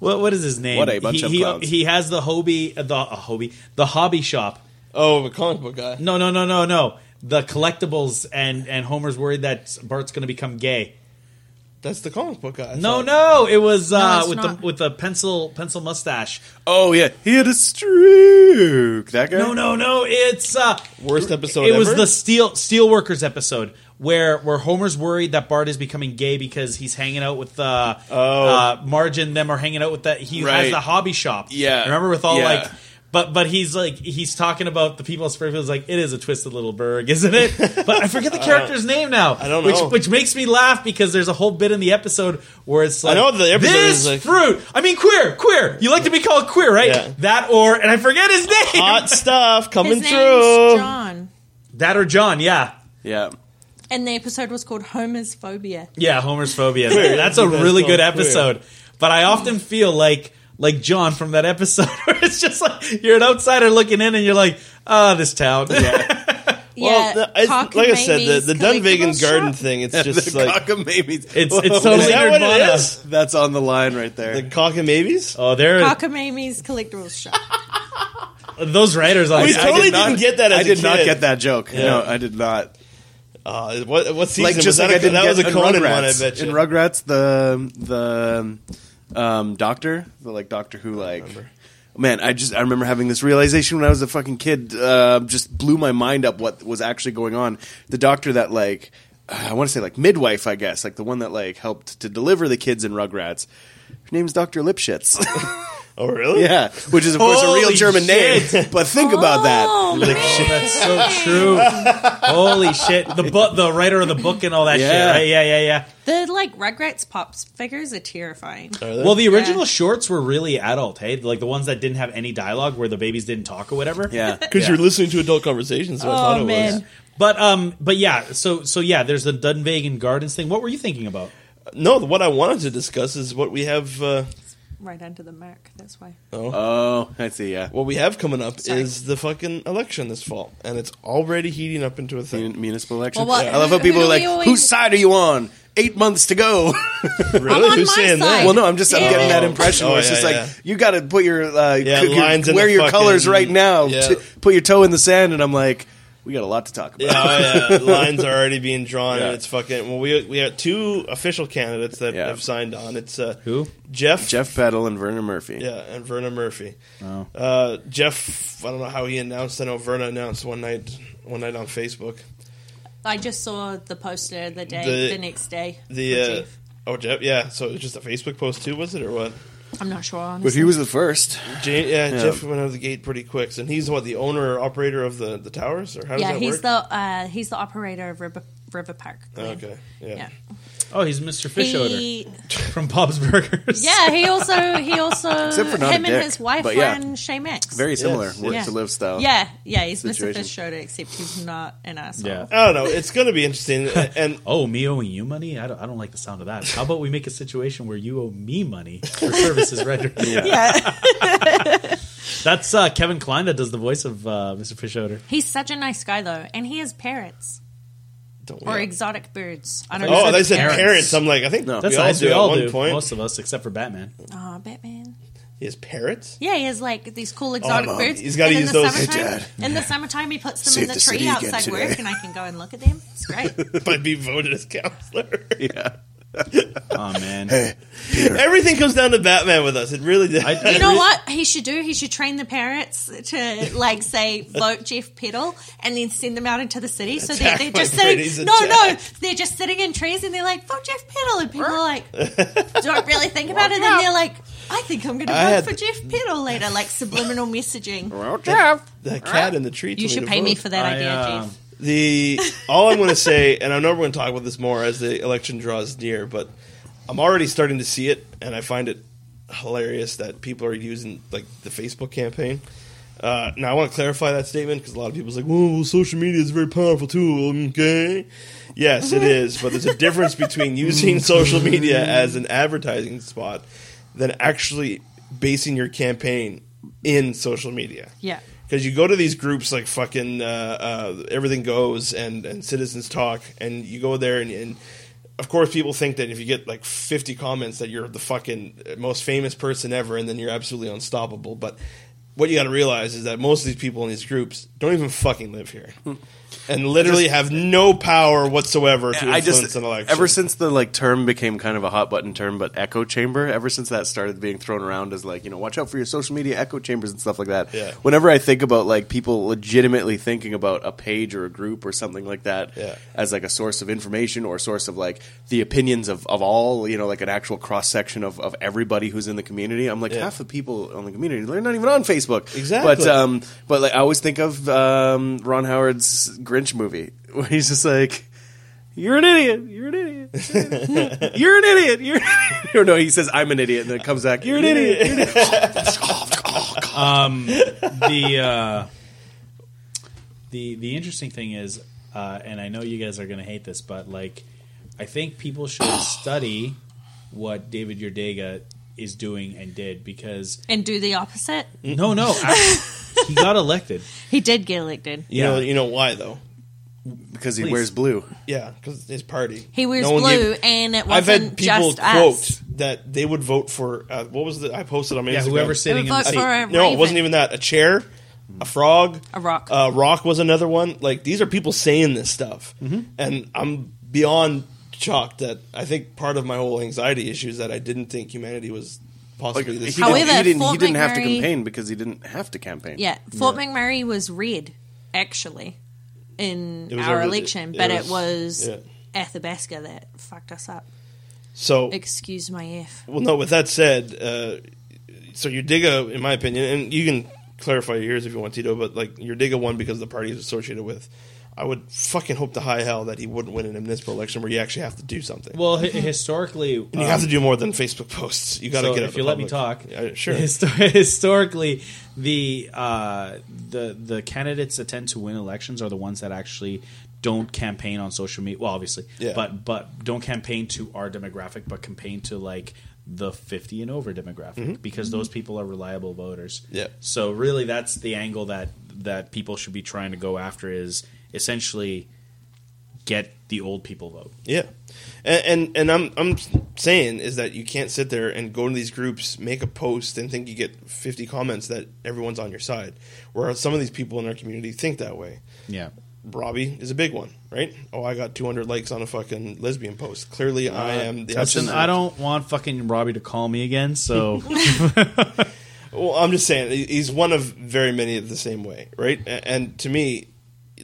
what what is his name?
What a bunch
he,
of
he,
clowns.
he has the hobby, the uh, hobby, the hobby shop.
oh, a comic book guy.
No, no, no, no, no. The collectibles and and Homer's worried that Bart's going to become gay.
That's the comic book guy. I
No,
thought.
no, it was uh,
it's
with
not.
the with the pencil pencil mustache.
Oh yeah, he had a stroke. That guy.
No, no, no. It's uh,
worst episode.
it was
ever?
the steel steelworkers episode where where Homer's worried that Bart is becoming gay because he's hanging out with uh,
Oh.
uh Marge and them are hanging out with that he has
Right.
the hobby shop.
Yeah.
remember with all
Yeah.
like. But but he's like he's talking about the people of Springfield. He's like it is a twisted little burg,
<laughs>
isn't it? But I forget the character's name now. I
Uh, don't know.
Which, which makes me laugh because there's a whole bit in the episode where it's like
know the episode is
this
like-
fruit. I mean queer, queer. You like to be called queer, right?
Yeah.
That or and I forget his name. <laughs>
hot stuff
His
coming
name's
through.
John.
That or John. Yeah,
Yeah.
And the episode was called Homer's Phobia.
Yeah, Homer's phobia. That's a
You guys
really
call
good
it queer.
episode. But I often feel like like John from that episode <laughs> where it's just like you're an outsider looking in and you're like, ah, this town.
yeah,
the- it's-
Cock and
like I said, the,
Mamie's
the Dunvegan
collectible
garden
shop.
thing, it's
The
just like.
cockamamie.
<laughs> It's
Whoa.
<laughs>
it's totally
Is that what it
Nirvana.
<laughs>
is?
that's on the line right there.
The cock and maybes?
Oh, there
Cockamamie's collectible shop. <laughs>
those writers on
We
I
totally
did not-
didn't get that as
I
a
did not
kid.
get that joke.
Yeah.
No, I did not.
Uh, what, what season
like
was
just
that?
like I didn't
that
get
was a
in
Conan
Rugrats.
one, I bet you.
In Rugrats, the the um, doctor, the like Doctor Who, like man, I just I remember having this realization when I was a fucking kid. Uh, just blew my mind up what was actually going on. The doctor that like I want to say like midwife, I guess, like the one that like helped to deliver the kids in Rugrats. Her name's Doctor
<laughs>
Lipschitz. <laughs>
oh, really?
yeah, which is of course a real
Holy
German
shit.
name. But think about that.
Oh, man.
That's so
<laughs>
true. Holy shit! The book, the writer of the book, and all that
Yeah.
shit. Right? Yeah, yeah, yeah.
The like Rugrats Pops figures are terrifying.
Well, the original shorts were really adult. Hey, like the ones that didn't have any dialogue, where the babies didn't talk or whatever.
Yeah.
Because you're listening to adult conversations, so I thought it
Oh,
was.
man.
But um, but yeah. So so yeah. There's the Dunvegan Gardens thing. What were you thinking about?
No, what I wanted to discuss is what we have. Uh,
Right under the mark. That's why.
Oh, I see. Yeah,
what we have coming up
Sorry.
is the fucking election this fall, and it's already heating up into a
Mun-
thing.
municipal election.
Well, what-
I love how
who-
people
who
are like,
do we always-
whose side are you on? Eight months to go. <laughs>
Really?
on
Who's
my
saying
side.
that?
well, no, I'm just I'm
Damn
getting that
it.
impression where it's
Oh, yeah,
just like
yeah.
you got to put your uh,
Yeah,
c- your-
lines in
wear
the
your
fucking-
colors right now.
Yeah.
T- put your toe in the sand, and I'm like, we got a lot to talk about.
Yeah,
<laughs>
oh, yeah. lines are already being drawn,
Yeah.
and it's fucking. Well, we we got two official candidates that
Yeah.
have signed on. It's uh,
Who?
Jeff,
Jeff Oh. Peddle and Vernon Murphy.
yeah, and Verna Murphy. Uh, Jeff, I don't know how he announced. I know Verna announced one night, one night on Facebook.
I just saw the poster the day,
The-
the, next day.
The
for
uh,
Jeff.
oh Jeff, yeah. So it was just a Facebook post too, was it or what?
I'm not sure.
But
Honestly.
he was the first.
Ja- yeah, Jeff went out of the gate pretty quick, and he's what the owner or operator of the, the towers, or how does
yeah,
that
he's
work?
the uh, he's the operator of River River Park.
Oh,
Glen.
okay, yeah.
Yeah.
Oh, he's Mr. Fish Odor
He,
<laughs> from Bob's Burgers.
yeah, he also he also
Except for not a
him and
dick,
his wife
but
were
yeah.
in Shay Max.
Very similar
Yes,
work
yeah.
to live style.
yeah, yeah, he's Mr.
Situation.
Fish Shoda, except he's not an asshole.
Yeah.
I don't know. It's going to be interesting, and
<laughs> Oh, me owing you money? I don't, I don't like the sound of that. How about we make a situation where you owe me money for
<laughs>
services rendered?
<laughs> Yeah.
That's uh, Kevin Klein that does the voice of uh, Mr. Fish Odor.
he's such a nice guy though, and he has parents.
Don't we
or
all?
exotic birds. I don't know.
Oh, they said
Parents.
parents. I'm like, I think
No.
That's
Uh, we all
nice.
do
we
at
all
one
do.
point.
Most of us, except
<laughs>
for Batman.
Oh, Batman.
Is
<laughs>
parrots?
Yeah, he has like these
Oh,
cool exotic
Mom,
birds.
he's gotta
And in
use
the
those- Hey,
summertime-
Dad.
In the summertime, he puts them
Save
in the,
the city
tree
again
outside
today.
work, and I can go and look at them.
<laughs>
It's great.
Might be voted as counselor.
Yeah.
Oh man.
Everything comes down to Batman with us. It really does. <laughs>
I-
You know what he should do? He should train the parents to like say vote Jeff Peddle and then send them out into the city. So they're,
Attack
they're
my
just sitting.
pretties,
No, no,
attack.
they're just sitting in trees and they're like vote Jeff Peddle, and people
<laughs>
are like don't really think about it. And they're like, I think I'm going to
I
vote
had-
for Jeff Peddle later, like subliminal messaging.
the cat in the tree.
You
told
should
to
pay me
vote.
for that
I,
idea,
um,
Jeff.
The all I'm going to say, and I know we're going to talk about this more as the election draws near, but I'm already starting to see it, and I find it hilarious that people are using like the Facebook campaign. Uh, now I want to clarify that statement because a lot of people's like, "Well, social media is a very powerful tool." Okay, yes, it is, but there's a difference between using social media as an advertising spot than actually basing your campaign in social media
Yeah.
because you go to these groups like fucking uh, uh, everything goes and and citizens talk and you go there and, and of course people think that if you get like 50 comments that you're the fucking most famous person ever and then you're absolutely unstoppable but what you got to realize is that most of these people in these groups don't even fucking live here
Hmm.
and literally have no power whatsoever to influence
I just
an election
ever since the like term became kind of a hot button term, but echo chamber. Ever since that started being thrown around as like you know, watch out for your social media echo chambers and stuff like that.
Yeah.
Whenever I think about like people legitimately thinking about a page or a group or something like that
Yeah.
as like a source of information or a source of like the opinions of, of all you know like an actual cross section of, of everybody who's in the community. I'm like
Yeah.
half the people on the community they're not even on Facebook.
Exactly.
But um, but like I always think of um, Ron Howard's Grinch movie <laughs> where he's just like. You're an idiot. You're an idiot. <laughs> You're an idiot. You're an idiot. <laughs> Or no, he says I'm an idiot, and then it comes back. You're an idiot. You're an idiot.
the uh, the the interesting thing is, uh, and I know you guys are going to hate this, but like, I think
<coughs>
people should study what David Yerdega is doing and did because
And do the opposite.
Mm-hmm. <laughs>
no, no, I- he got elected.
He did get elected.
you know
Yeah.
you know why though
because he
Please.
wears blue.
yeah because his party
He wears
No one gave-
blue, and it
I've
wasn't
had people
just
quote
us.
that they would vote for uh, what was the I posted on my
Yeah,
Instagram.
whoever's sitting in the
Vote
seat.
for a
no, it wasn't
raven.
even that. A chair, a frog,
A rock.
A rock was another one. Like these are people saying this stuff,
Mm-hmm.
and I'm beyond shocked that I think part of my whole anxiety issue is that I didn't think humanity was
Like,
possibly
he,
this.
didn't, he
However,
didn't, he
Fort
didn't have to
McMurray-
campaign because he didn't have to campaign.
Yeah, Fort McMurray was red, actually, in
It was
our
over-
election,
it
but it
was-
was
yeah.
Athabasca that fucked us up.
so
Excuse my F.
Well, no. With that said, uh, so your Digga, in my opinion, and you can clarify yours if you want, Tito, but like your Digga won because of the party he's associated with. I would fucking hope to high hell that he wouldn't win in a municipal election where you actually have to do something.
Well, hi- historically,
and you have to do more than Facebook posts. You got to
so
get. out
if
in
you
the
let me talk,
public. Yeah,
<laughs>
sure.
histo- historically, the uh, the the candidates that tend to win elections are the ones that actually don't campaign on social media. Well, obviously,
Yeah.
but but don't campaign to our demographic, but campaign to like the 50 and over demographic because those people are reliable voters.
Mm-hmm. Yeah.
So really, that's the angle that that people should be trying to go after is essentially get the old people vote.
Yeah, and, and and I'm I'm saying is that you can't sit there and go to these groups, make a post, and think you get 50 comments that everyone's on your side. Whereas some of these people in our community think that way.
Yeah.
Robbie is a big one, right? Oh, I got 200 likes on a fucking lesbian post. Clearly, I am the.
Uh, Justin,
absolute-
I don't want fucking Robbie to call me again, so
Well, I'm just saying he- he's one of very many of the same way, right? A- And to me,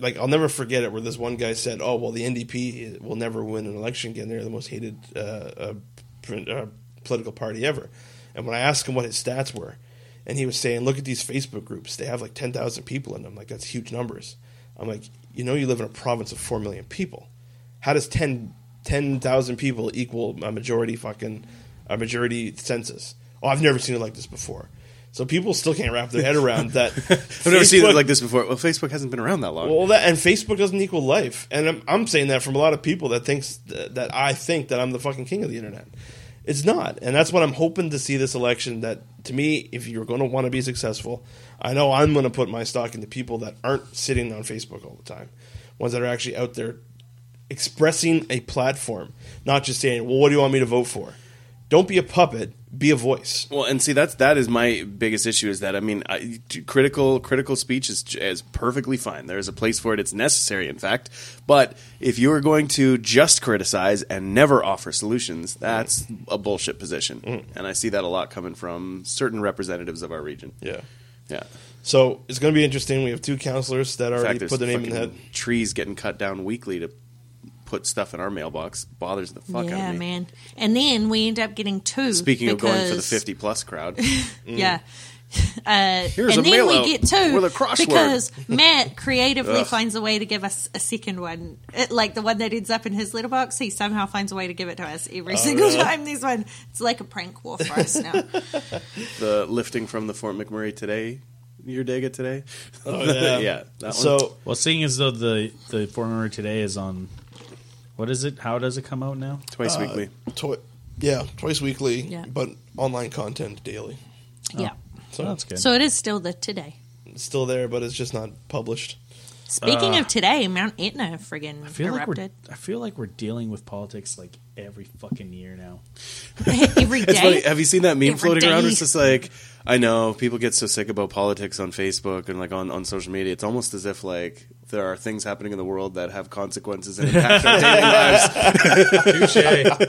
like I'll never forget it, where this one guy said, "Oh, well, the NDP will never win an election again. They're the most hated uh, uh, print, uh, political party ever." And when I asked him what his stats were, and he was saying, "Look at these Facebook groups. They have like 10,000 people in them. Like that's huge numbers." I'm like, "You know, you live in a province of four million people. How does 10 10,000 people equal a majority fucking a majority census?" Oh, I've never seen it like this before. So people still can't wrap their head around
<laughs>
that.
<laughs> I've never seen
Facebook-
it like this before. Well, Facebook hasn't been around that long.
well, that and Facebook doesn't equal life, and I'm, I'm saying that from a lot of people that thinks th- that I think that I'm the fucking king of the internet. It's not, and that's what I'm hoping to see this election. That to me, if you're going to want to be successful, I know I'm going to put my stock into people that aren't sitting on Facebook all the time, ones that are actually out there expressing a platform, not just saying, "Well, what do you want me to vote for?" Don't be a puppet. Be a voice.
Well, and see that's that is my biggest issue is that I mean, I, t- critical critical speech is is perfectly fine. There is a place for it. It's necessary, in fact. But if you are going to just criticize and never offer solutions, that's a bullshit position.
Mm.
And I see that a lot coming from certain representatives of our region.
Yeah.
Yeah,
So it's going to be interesting. We have two counselors that
in
already
fact, there's
put their name in the head.
fucking trees getting cut down weekly to put stuff in our mailbox. Bothers the fuck out
yeah,
of me.
man. And then we end up getting two.
Speaking of going for the
because-
fifty plus
<laughs>
crowd,
Yeah. Uh,
Here's
and
a
then
mail-out
we get two
with a crossword.
because
<laughs>
Matt creatively
Ugh.
finds a way to give us a second one, it, like the one that ends up in his letterbox. He somehow finds a way to give it to us every
Oh,
single time. This one, it's like a prank war for us
<laughs>
now.
the lifting from the Fort McMurray today, your day get today. <laughs>
Oh, yeah.
yeah, that one.
So
Well, seeing as though the the former today is on, what is it? How does it come out now?
twice weekly.
Uh, twi- yeah, twice weekly,
Yeah.
but online content daily.
yeah.
So
that's good.
So it is still the today.
it's still there, but it's just not published.
Speaking of today, Mount Etna friggin'
Ah. I feel like we're
erupted <laughs>
I feel like we're dealing with politics like every fucking year
<laughs>
now.
every
It's funny.
day.
Have you seen that meme
Every
floating around?
day.
It's just like I know people get so sick about politics on Facebook and like on, on social media. It's almost as if like there are things happening in the world that have consequences and impact our
<laughs>
daily lives.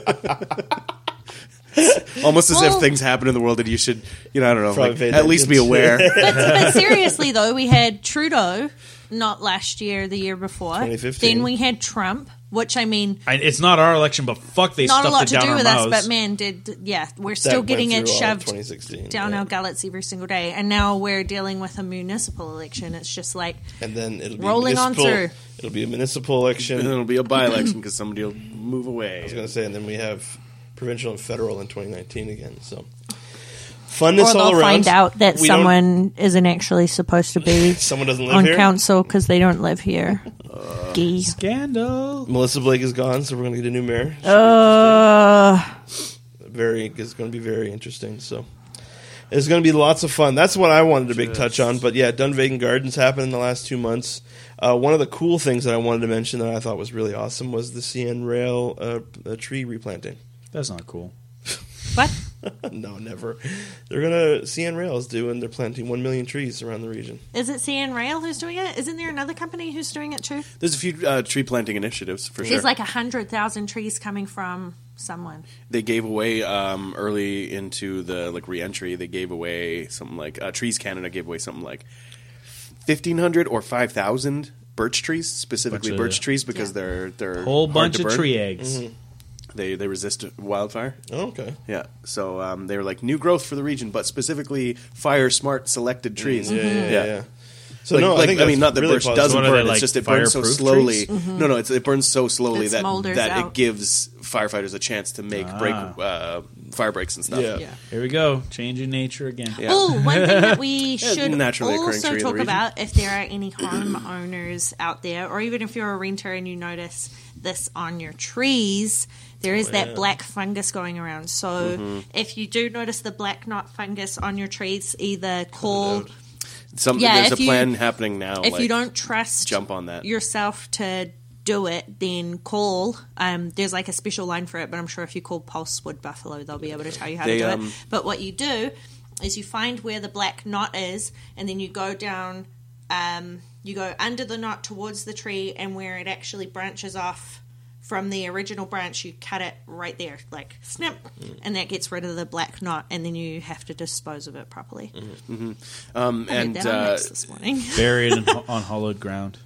Almost as
Well-
if things happen in the world that you should, you know, I don't know,
Probably
like,
pay
at least be
attention. <laughs>
aware.
but, but seriously though, we had Trudeau not last year, the year before.
2015.
Then we had Trump, which I mean,
I, it's not our election, but fuck, they
not a
stuffed
lot
it
to
down
do
our
with
mouths.
us, but man, did yeah, we're
That
still
went
getting it
through all of
shoved
2016
down
yeah.
our gullets every single day, and now we're dealing with a municipal election. It's just like
and then it'll be
Rolling on
municipal,
through.
It'll be a municipal election.
and
I <laughs>
it'll be a by election because somebody will move away.
was going to say, and then we have provincial and federal in 2019 again. So funness
or
all
they'll
around.
find out that
We don't-
someone isn't actually supposed to be
<laughs> someone doesn't live
on
here. Uh,
council because they don't
<laughs>
live here. Gee.
Scandal.
Melissa Blake is gone, so we're going to get a new mayor.
Uh,
very it's going to be very interesting. So it's going to be lots of fun. That's what I wanted to big touch on. But yeah, Dunvegan Gardens happened in the last two months. Uh, one of the cool things that I wanted to mention that I thought was really awesome was the CN Rail uh, uh, tree replanting. <laughs>
That's not cool.
but
no, never. They're gonna CN Rail is doing. They're planting one million trees around the region.
is it CN Rail who's doing it? Isn't there another company who's doing it too?
There's a few uh, tree planting initiatives for sure.
There's like a hundred thousand trees coming from someone.
they gave away um, early into the like reentry. They gave away something like uh, Trees Canada gave away something like fifteen hundred or five thousand birch trees, specifically
Bunch of-
birch trees, because
Yeah.
they're they're
Whole
hard
bunch
to
of
burn. Mm-hmm.
tree eggs.
They they resist wildfire.
Oh, okay.
Yeah, so um, they were like new growth for the region, but specifically fire smart selected
Mm-hmm.
trees.
Yeah, yeah, Mm-hmm. yeah. So
Like,
no,
like,
I think
mean,
that's
not that
really
birch
positive. Mm-hmm.
doesn't
What are they,
burn.
like,
it's just it burns so
fireproof
slowly.
trees?
No, no, it's, it burns so slowly
It
that
smolders
that
out.
it gives firefighters a chance to make break
Ah.
uh, fire breaks and stuff.
Yeah.
Yeah.
Here we go, changing nature again.
Yeah.
Oh, one thing
<laughs>
that we should
naturally occurring tree
also
in the
talk
region.
about if there are any
<clears throat>
homeowners out there, or even if you're a renter and you notice this on your trees, there
Oh,
is that black fungus going around. So
Mm-hmm.
if you do notice the black knot fungus on your trees, either call
Some,
Yeah,
there's
if
a
you-
plan happening now.
if
like,
you don't trust
jump on that.
yourself to do it, then call. Um, there's like a special line for it, but I'm sure if you call Pulsewood Buffalo, they'll be able to tell you how
They,
to do
um,
it. But what you do is you find where the black knot is, and then you go down. Um, you go under the knot towards the tree, and where it actually branches off from the original branch, you cut it right there, like snip,
Mm-hmm.
and that gets rid of the black knot, and then you have to dispose of it properly.
Um,
I
and
made that on
uh,
notes this morning. <laughs>
Buried in, on
<laughs>
hollowed ground.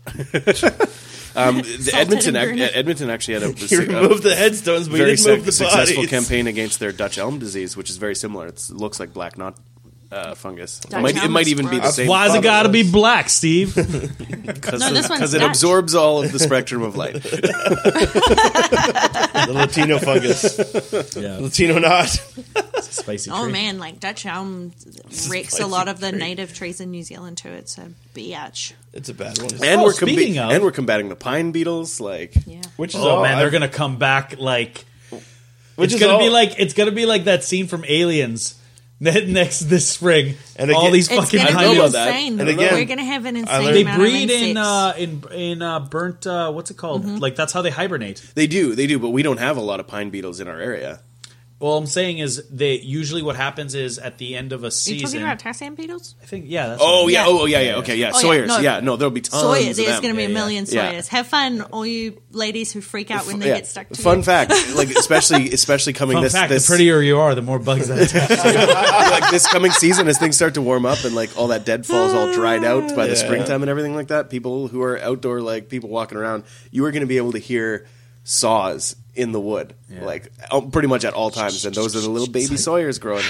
um, the Edmonton,
and
ac-
green.
Edmonton actually had a,
<laughs> You removed the headstones, but <laughs> you
very
didn't move
suc-
the
successful
bodies.
campaign against their Dutch elm disease, which is very similar. It looks like black knot uh, fungus. It
Dutch
might, it
elm
might
is
even be the
gross.
same
Why's it
Father
got to be
was.
black,
<laughs>
Steve?
No, this one's
because it
Dutch.
absorbs all of the spectrum of
<laughs>
light.
The Latino fungus, <laughs>
yeah,
Latino knot.
it's a spicy.
Oh
tree.
man, like Dutch elm wrecks a lot of the native trees in New Zealand too. It's a bitch.
It's a bad
<laughs>
one.
And
Oh,
we're combi-
speaking of-
and we're combating the pine beetles. Like
Yeah.
Which is
Oh
all
man, they're
I've-
gonna come back like
Which
it's
is
gonna
all-
be like it's gonna be like that scene from Aliens <laughs> Ne- Next this spring,
And
and all
again-
these
It's
fucking
gonna
I know
be
hyenas.
about that.
insane.
And again,
we're gonna have an insane.
learned-
They
amount
breed in
of insects.
uh, in in uh, burnt. Uh, what's it called?
Mm-hmm.
Like that's how they hibernate.
They do, they do, but we don't have a lot of pine beetles in our area.
Well, I'm saying is they usually what happens is at the end of a
Are you
season.
talking about Tasman beetles?
I think yeah. That's
Oh yeah,
Yeah.
oh yeah, yeah, okay, yeah.
Oh, yeah,
Sawyers,
no.
yeah, no, there'll be tons.
Soya.
of
There's
them.
going to be a
Yeah,
million
Oh, yeah.
Sawyers. Have fun, all you ladies who freak out when they
Yeah.
get stuck to
Fun
you.
fact, like
<laughs>
especially especially coming
Fun
this
fact:
this
the prettier you are, the more bugs that attack.
<laughs> like this coming season as things start to warm up and like all that deadfall is all dried out by the
Yeah.
springtime and everything like that people who are outdoor like people walking around you are going to be able to hear saws in the wood like um, pretty much at all times and those are the little baby sawyers growing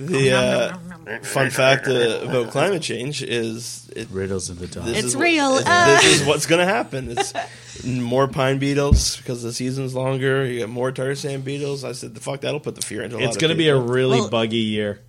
The uh, fun fact uh,
<laughs>
about climate change is it
Riddles in the dark.
This
It's
is
real.
What,
Uh.
This is what's going to happen. It's more pine beetles because the season's longer. You got more tar sand beetles. I said, the fuck, that'll put the fear into a
It's going to be a really
Well-
buggy year.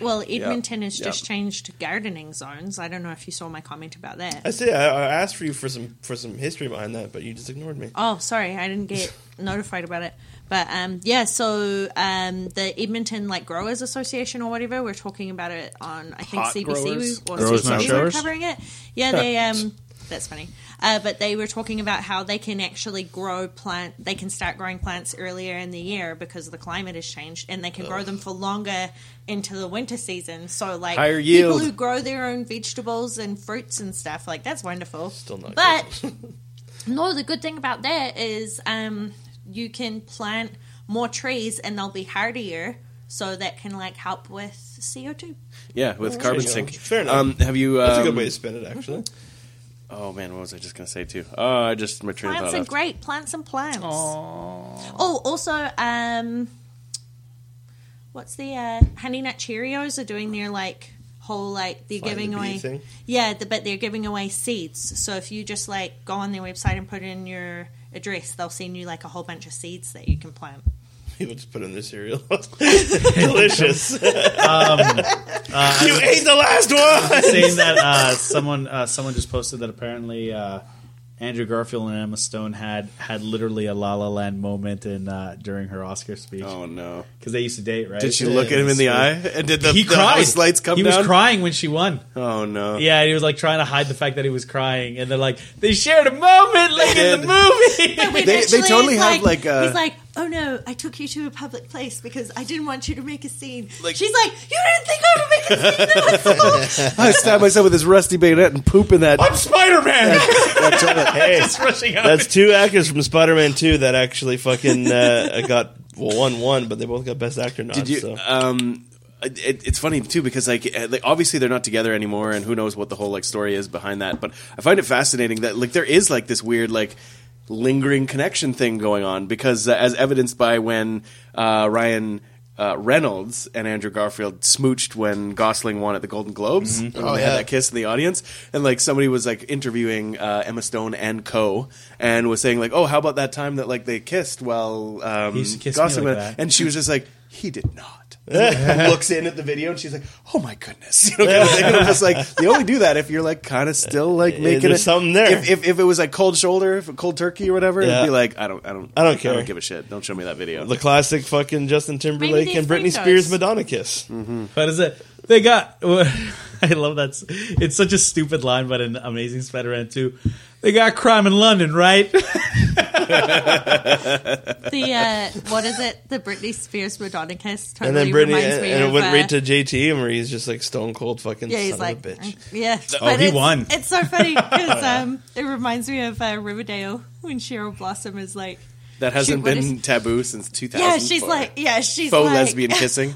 Well, Edmonton has
Yeah.
just changed gardening zones. I don't know if you saw my comment about that.
I say I, I asked for you for some for some history behind that, but you just ignored me.
<laughs> Oh, sorry, I didn't get notified about it. But um, yeah, so um, the Edmonton like Growers Association or whatever, we're talking about it on I think
Pot
CBC
growers?
or
Growers
CBC
Not
were
Showers?
covering it. Yeah, they um, that's funny. Uh, but they were talking about how they can actually grow plant. They can start growing plants earlier in the year because the climate has changed, and they can grow them for longer into the winter season. So like
Higher
people
yield.
who grow their own vegetables and fruits and stuff like that's wonderful.
Still not
but.
<laughs>
<laughs> No, the good thing about that is um, you can plant more trees and they'll be hardier, so that can like help with CO two.
yeah with carbon
Fair
sink
enough. Fair enough.
um, have you um,
That's a good way to spin it,
Um,
actually.
oh man what was I just going to say too oh I just my train of
Plants
thought
are
left.
great. Plants and plants. Oh, also, um, what's the uh, Honey Nut Cheerios are doing their like whole like they're
Find the
giving
bee
away
thing?
yeah, the, but they're giving away seeds. So if you just like go on their website and put in your address, they'll send you like a whole bunch of seeds that you can plant.
People just put in their
<laughs>
cereal.
Um,
Delicious.
uh,
<laughs> you ate the last one.
saying that uh, someone uh, someone just posted that apparently uh, Andrew Garfield and Emma Stone had had literally a La La Land moment in uh, during her Oscar speech because
oh no
they used to date, right?
did she look at him in the eye and did the,
He
the
cried.
house lights come
he
down
was crying when she won.
oh no
Yeah, he was like trying to hide the fact that he was crying, and they're like, they shared a moment like in the
<laughs>
movie.
They- they totally
is
have, like, uh, a-
he's like, oh no, I took you to a public place because I didn't want you to make a scene.
Like-
She's like, you didn't think I would make a scene.
<laughs>
That was
I stabbed myself with this rusty bayonet and poop in that
I'm Spider Man.
that toilet.
Hey,
Just rushing out.
that's two actors from Spider-Man 2 that actually fucking uh, got well, one one, but they both got best actor nods.
Did you?
so.
Um, it, it's funny too because like, uh, like obviously they're not together anymore, and who knows what the whole like story is behind that. But I find it fascinating that like there is like this weird like lingering connection thing going on because uh, as evidenced by when uh, Ryan. Uh, Reynolds and Andrew Garfield smooched when Gosling won at the Golden Globes.
Mm-hmm.
When
Oh,
they had
yeah.
that kiss in the audience, and like somebody was like interviewing uh, Emma Stone and Co. and was saying like, "Oh, how about that time that like they kissed while um,
used to kiss me
Gosling
like
went-"
that.
and she was just like, he did not.
<laughs>
And looks in at the video and she's like, oh my goodness. <laughs> You know, kind of thing. And I'm just like, they only do that if you're like kind of still like making it
there's something there.
If, if, if it was like cold shoulder, if cold turkey or whatever,
Yeah.
it'd be like, I don't, I don't,
I don't
I
care.
don't give a shit. Don't show me that video.
the classic fucking Justin Timberlake
they're
and Britney
friendos.
Spears Madonna kiss.
But is it? They got. <laughs> I love that. s- It's such a stupid line, but an amazing Spider-Man too. They got crime in London, right? <laughs>
the uh, what is it? The Britney Spears Madonna kiss
and then
totally
Britney
reminds
and,
me
and it
of,
went
uh,
right to JT where he's just like stone cold fucking
yeah,
son
he's
of
like, mm.
a bitch.
yeah.
Oh,
But
he
it's-
won.
It's so
<laughs>
funny because um, it reminds me of uh, Riverdale when Cheryl Blossom is like,
that
Shoot,
hasn't
what
been taboo since 2000.
yeah, she's
for
like, yeah, she's
faux
like, <laughs>
lesbian
<laughs>
kissing.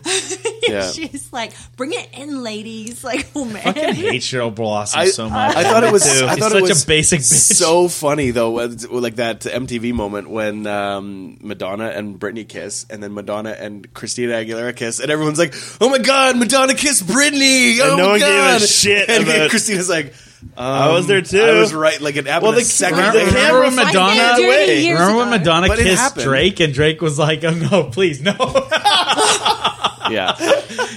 Yeah.
she's like, bring it in, ladies, <laughs> like, oh man,
I hate Cheryl Blossom
I-
so much.
I thought it was, I
She's
thought
such
it was
a basic bitch.
so funny though, was- like that MTV moment when um, Madonna and Britney kiss, and then Madonna and Christina Aguilera kiss, and everyone's like, "Oh my god, Madonna kissed Britney!" Oh
And no
my
one gave a
god,
shit
And
about-
Christina's like, um,
I was there too.
"I was right." Like it happened
Well,
well, the,
the-
second.
Remember,
The
later.
camera
remember when
finds
Madonna?
it dirty
Wait,
years
remember when
ago.
Madonna
But it
kissed
happened.
Drake, and Drake was like, "Oh no, please, no."
<laughs>
<laughs>
<laughs>
yeah,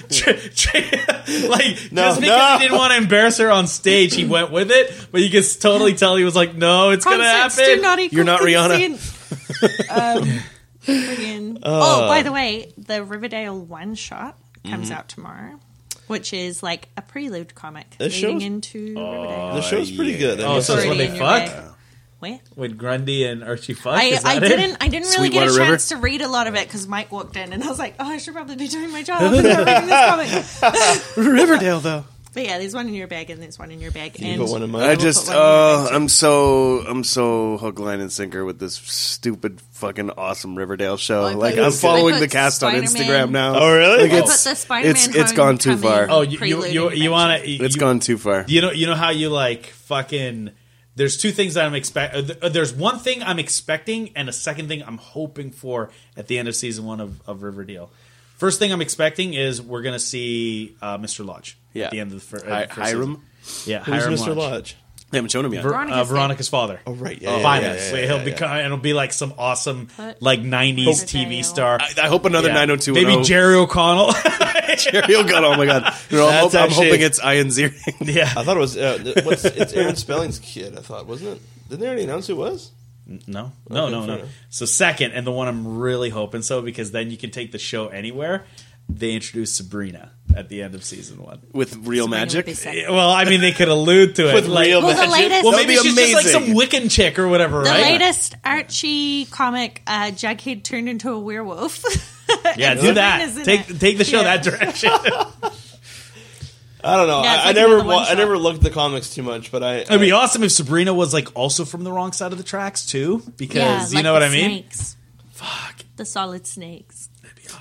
Dra- Dra- <laughs> like
No,
just because
no.
he didn't want to embarrass her on stage, he went with it. But you can totally tell he was like, "No, it's gonna
Concepts do
happen."
not equal
You're not Rihanna.
consent. um, friggin- oh, by the way, the Riverdale one shot comes out tomorrow, which is like a prelude comic
This
leading
show's-
into
The
Riverdale.
show's pretty good.
Oh, so it's
Already
when they
in your
fuck?
bag. Where?
When Grundy and Archie fuck?
I,
Is
I
that it?
didn't I didn't really get a
Sweetwater River?
chance to read a lot of it because Mike walked in and I was like, oh, I should probably be doing my job. and not reading this comic.
Riverdale, though.
But yeah, there's one in your bag and there's one in your bag. and
put one in mine?
will
I
put
just,
one in your
uh,
bag, too.
I'm so, I'm so hook, line, and sinker with this stupid, fucking awesome Riverdale show.
Well, I
like,
put-
I'm following
I
the
put
cast on
Spider-Man-
Instagram now.
Oh, really?
Like,
I
it's,
put the Spider-Man
it's, it's gone too far.
Homecoming-
Oh, you you
Prelude
you,
and
you want to?
It's gone too far.
You know, you know how you like fucking. There's two things that I'm expect. uh, th- uh, There's one thing I'm expecting, and a second thing I'm hoping for at the end of season one of, of Riverdale. First thing I'm expecting is we're gonna see uh, Mr. Lodge
Yeah.
at the end of the, fir- uh,
Hi-
first
Hiram?
Season. Yeah,
Who's
Hiram
Mr. Lodge?
They haven't shown him yet.
Ver-
Veronica's
uh,
dad.
Veronica's father.
Oh, right. Yeah, yeah, yeah,
Finally,
yeah,
So
yeah,
he'll
yeah.
become, and it'll be like some awesome
What?
like '90s
Riverdale.
TV star.
I, oh I hope another
Yeah.
902. <laughs>
Maybe Jerry O'Connell. <laughs>
Jerry O'Connell. Oh my god! You know, I'm, hop-
That's
I'm
actually-
hoping it's Ian Ziering.
<laughs> yeah.
I thought it was uh, th- what's, it's Aaron Spelling's kid. I thought wasn't it? Didn't they already announce who it was?
No, no,
Okay,
no,
fair
no.
enough.
So second, and the one I'm really hoping so because then you can take the show anywhere. They introduce Sabrina at the end of season one.
with real
Mine would
magic.
be second.
Yeah, Well, I mean, they could allude to it.
With
like,
real
Well, the latest,
well,
That'd
maybe
be
she's just like some
amazing.
Wiccan chick or whatever,
the
right?
latest Archie comic, uh, Jughead turned into a werewolf. <laughs>
Yeah,
And
do
Sabrina's
that.
in
Take
it.
take the show
Yeah.
that direction.
I don't know.
Yeah,
I,
it's
I
like
never,
another
wa- I
one-shot.
never looked at the comics too much, but I,
<laughs> It'd be awesome if Sabrina was like also from the wrong side of the tracks too, because you
like
know what
the
I mean.
Snakes. Fuck the solid snakes.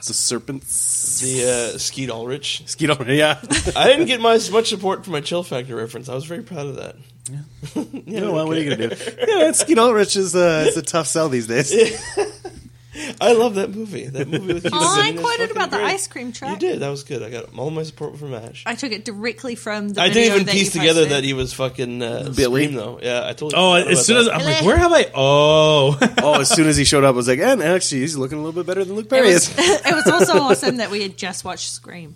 The serpents.
the uh, Skeet Ulrich.
Skeet <laughs>
<laughs>
Yeah.
I didn't get my, as much support for my Chill Factor reference. I was very proud of that.
You know what? What are you gonna do? <laughs> Yeah, it's, Skeet Ulrich is uh, it's a tough sell these days.
I love that movie. That movie
<laughs>
with Hugh
Oh, I
Jackman is
quoted
fucking
about the
great.
ice cream truck.
You did. That was good. I got all my support from Ash.
I took it directly from the.
I
video
didn't even
that
piece
you
together
posted.
that he was fucking uh,
Billy?
Scream, though. Yeah, I totally.
Oh,
forgot about
as soon as
that.
I'm like, where have I? Oh,
<laughs>
<laughs>
Oh, as soon as he showed up, I was like, and actually, he's looking a little bit better than Luke Perry
it
is.
was, <laughs> it was also awesome that we had just watched Scream.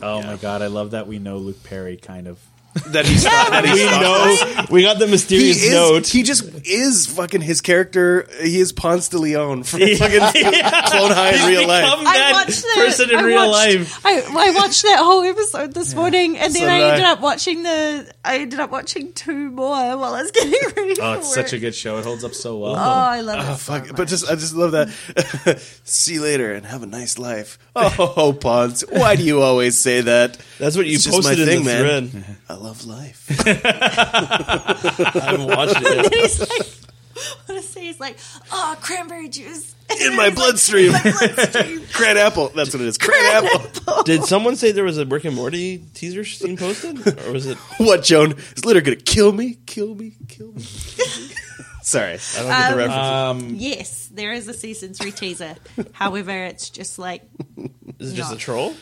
oh my god, I love that we know Luke Perry kind of.
that
<laughs>
he's that he's
we know we got the
He
mysterious
is.
note.
He just is fucking his character. He is Ponce de Leon from <laughs>
<laughs>
fucking Clone High in real life.
Become that person in
I
real
watched-
life.
I, I watched that whole episode this morning, and then
So
I
did I.
ended up watching the. I ended up watching two more while I was getting <laughs> ready.
Oh,
for
it's such a
work.
good show. It holds up so well.
Oh, I love it.
Oh, <laughs>
so <laughs>
fuck.
much.
But just, I just love that. <laughs> See you later and have a nice
<laughs>
life. Oh, Ponce, why do you always say that?
That's what you
It's just
posted
my
in
thing,
the
man.
thread.
<laughs> I love life.
I haven't
<laughs>
watched it. Yet.
And he's like, honestly, he's like, oh, cranberry juice
in my
<laughs>
bloodstream.
bloodstream.
Cran apple. That's what it is. Cran apple.
Did someone say there was a Rick and Morty teaser scene posted, or was it?
<laughs> What, Joan? Is litter gonna kill me? Kill me? Kill me? Sorry.
I don't get the reference.
uh,
Yes, there is a season three teaser. However, it's just like
Is it just
no.
a troll?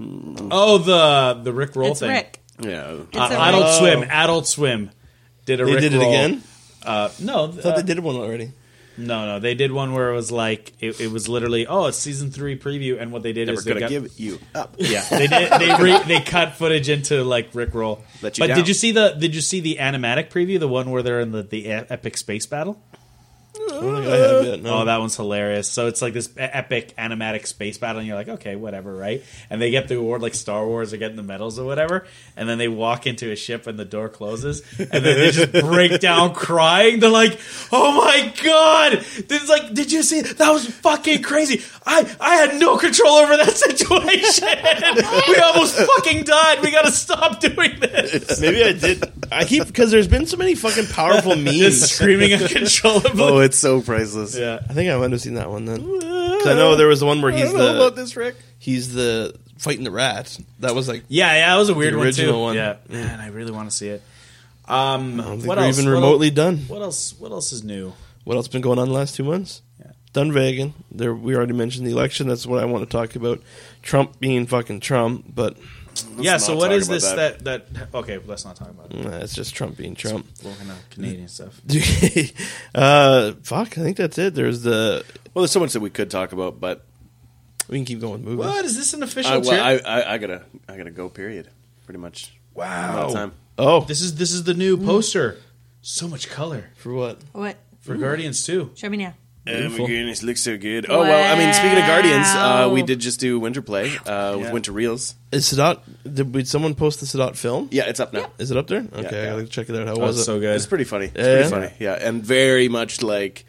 Oh, the the Rick Roll
it's
thing.
Rick.
Yeah.
It's
Uh,
a Rick.
Adult Swim. Adult Swim did a
They
Rick
did it
Roll.
again.
Uh, no, th-
I thought
uh,
they did one already.
no, no. They did one where it was like it, it was literally oh, it's season three preview, and what they did
Never
is they
gonna
got,
give you up.
yeah, they did, they re, they cut footage into like Rick Roll.
Let you
but
down.
did you see the did you see the animatic preview, the one where they're in the the e- epic space battle?
I don't think I have yet. No.
Oh, that one's hilarious. So it's like this e- epic animatic space battle, and you're like, okay, whatever, right? And they get the award like Star Wars or getting the medals or whatever, and then they walk into a ship and the door closes, and then they <laughs> just break down crying. They're like, oh my god! This is like, did you see that was fucking crazy? I I had no control over that <laughs> situation. we almost fucking died. We gotta stop doing this.
Maybe I did. I keep because there's been so many fucking
<laughs>
powerful
Just
memes.
screaming
<laughs> Oh,
uncontrollably.
it's so priceless.
<laughs> yeah.
I think I might have seen that one then. 'Cause I know there was the one where
I
he's
don't know about
the
this, Rick.
he's the fighting the rat. That was like
Yeah, yeah, that was a weird
original
one
one.
too. Yeah, man, I really want to see it. Um,
I don't think
what
we're
else?
even
What
remotely
el-
done.
What else? What else is new?
What else been going on the last two months?
Yeah.
Dunvegan. There, we already mentioned the election. That's what I want to talk about. Trump being fucking Trump, but
yeah. So
not
what
talk
is
about
this? That.
that.
that Okay, let's not talk about it.
uh, it's just Trump being
<laughs>
Trump.
We're gonna Canadian stuff.
uh, fuck, I think that's it. There's the
Well, there's so much that we could talk about, but
we can keep going with movies.
What is this an official
Uh,
I, well,
trip?
I, I, I gotta, I gotta go. Period. Pretty much. I'm out
wow.
of time.
Oh,
This is this is the new poster. So much color
for what?
What?
Hmm.
for Guardians too.
Show me now.
Oh my goodness, looks so good. Oh well, I mean, speaking of Guardians, uh, we
Wow.
did just do Winter Play uh, with Winter Reels.
Is Sadat? Did, did someone post the Sadat film?
Yeah, it's up now.
Is it up there? Okay, I
yeah.
gotta check it out. How
Oh,
was
it's
it?
so good.
It's pretty funny. It's
Yeah.
pretty funny. Yeah, and very much like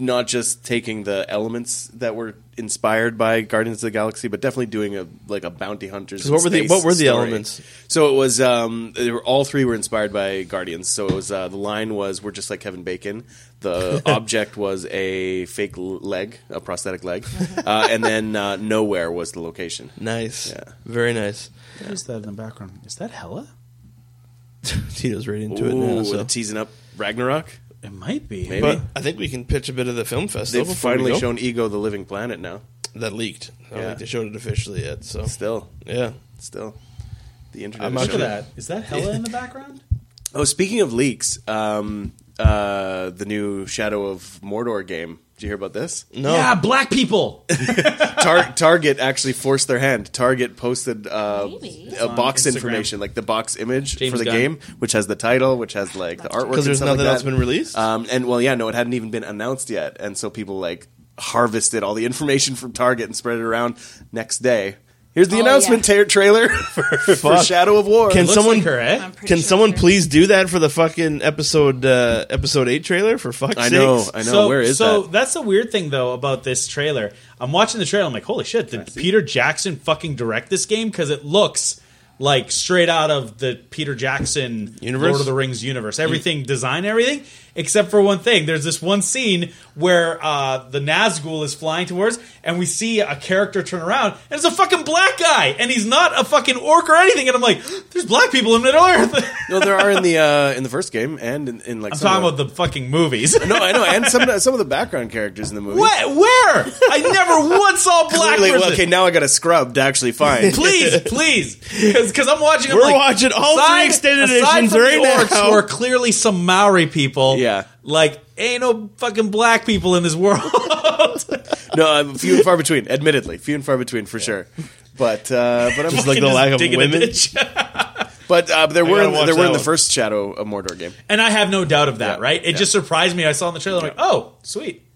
not just taking the elements that were inspired by Guardians of the Galaxy, but definitely doing a like a bounty hunters. in
what were the-
space
what were the
story.
elements?
So it was um, they were all three were inspired by Guardians. So it was uh, the line was "We're just like Kevin Bacon."
<laughs>
The object was a fake l- leg, a prosthetic leg, uh, and then uh, nowhere was the location.
Nice.
Yeah.
Very nice. <laughs>
What is that in the background? Is that Hella?
Tito's right into it now.
Ooh,
So.
they're teasing up Ragnarok.
It might be.
Maybe.
But I think we can pitch a bit of the film festival.
They've
before we
finally
go.
shown Ego the Living Planet now.
that leaked. I don't
Yeah.
think they showed it officially yet. So
Still,
yeah,
still. The internet.
I'm
is
not
Look at
showing-
that. Is that Hella
<laughs>
in the background?
Oh, speaking of leaks, um, uh, the new Shadow of Mordor game. Did you hear about
<laughs>
this?
no,
Yeah, black people.
Tar- Target actually forced their hand. Target posted uh,
Really?
a
on
box
Instagram.
information, like the box image
James
for the
Gunn.
game, which has the title, which has like the artwork.
because
and
there's
stuff like
nothing else
that.
been released.
Um, and well, yeah, no, it hadn't even been announced yet, and so people like harvested all the information from Target and spread it around. Next day, here's the
Oh,
announcement
yeah.
ta- <laughs> trailer for, for
Fuck.
Shadow of War.
Can
Looks
someone-
like her, eh?
I'm pretty
Can
sure
someone
they're-
please do that for the fucking episode uh, episode eight trailer? For fuck's
I know,
sakes.
I know.
so,
where is
so
that?
that's the weird thing though about this trailer. I'm watching the trailer. I'm like, holy shit! Did Peter Jackson fucking direct this game? Because it looks like straight out of the Peter Jackson
Universe?
Lord of the Rings universe. Everything, design, everything, except for one thing. There's this one scene where uh, the Nazgul is flying towards, and we see a character turn around, and it's a fucking black guy, and he's not a fucking orc or anything. And I'm like, there's black people in Middle <laughs> Earth.
<laughs> No, there are in the uh, in the first game and in, in like
I'm
some
talking
of
about the fucking movies.
the- <laughs> no, I know, and some of the, some of the background characters in the movie.
What? Where? I
<laughs>
never once saw a black
Clearly- well,
person.
okay, now I got a scrub to actually
<laughs>
find.
Please, please, because I'm watching. I'm
We're
like,
watching all three
aside-
extended
aside
editions
from
right
the orcs,
now.
Who are clearly some Maori people.
Yeah.
like ain't no fucking black people in this world.
no, I'm few and far between. Admittedly, few and far between for sure. But uh, but I'm
<laughs>
<laughs>
Just like the
Just
lack of
digging a
women.
ditch. <laughs>
but uh, but there
I
were
gotta
in,
watch
there were
that
in the
one.
first Shadow of Mordor game.
and I have no doubt of that.
Yeah,
right? It
yeah.
just surprised me. I saw in the trailer. I'm like, oh, sweet.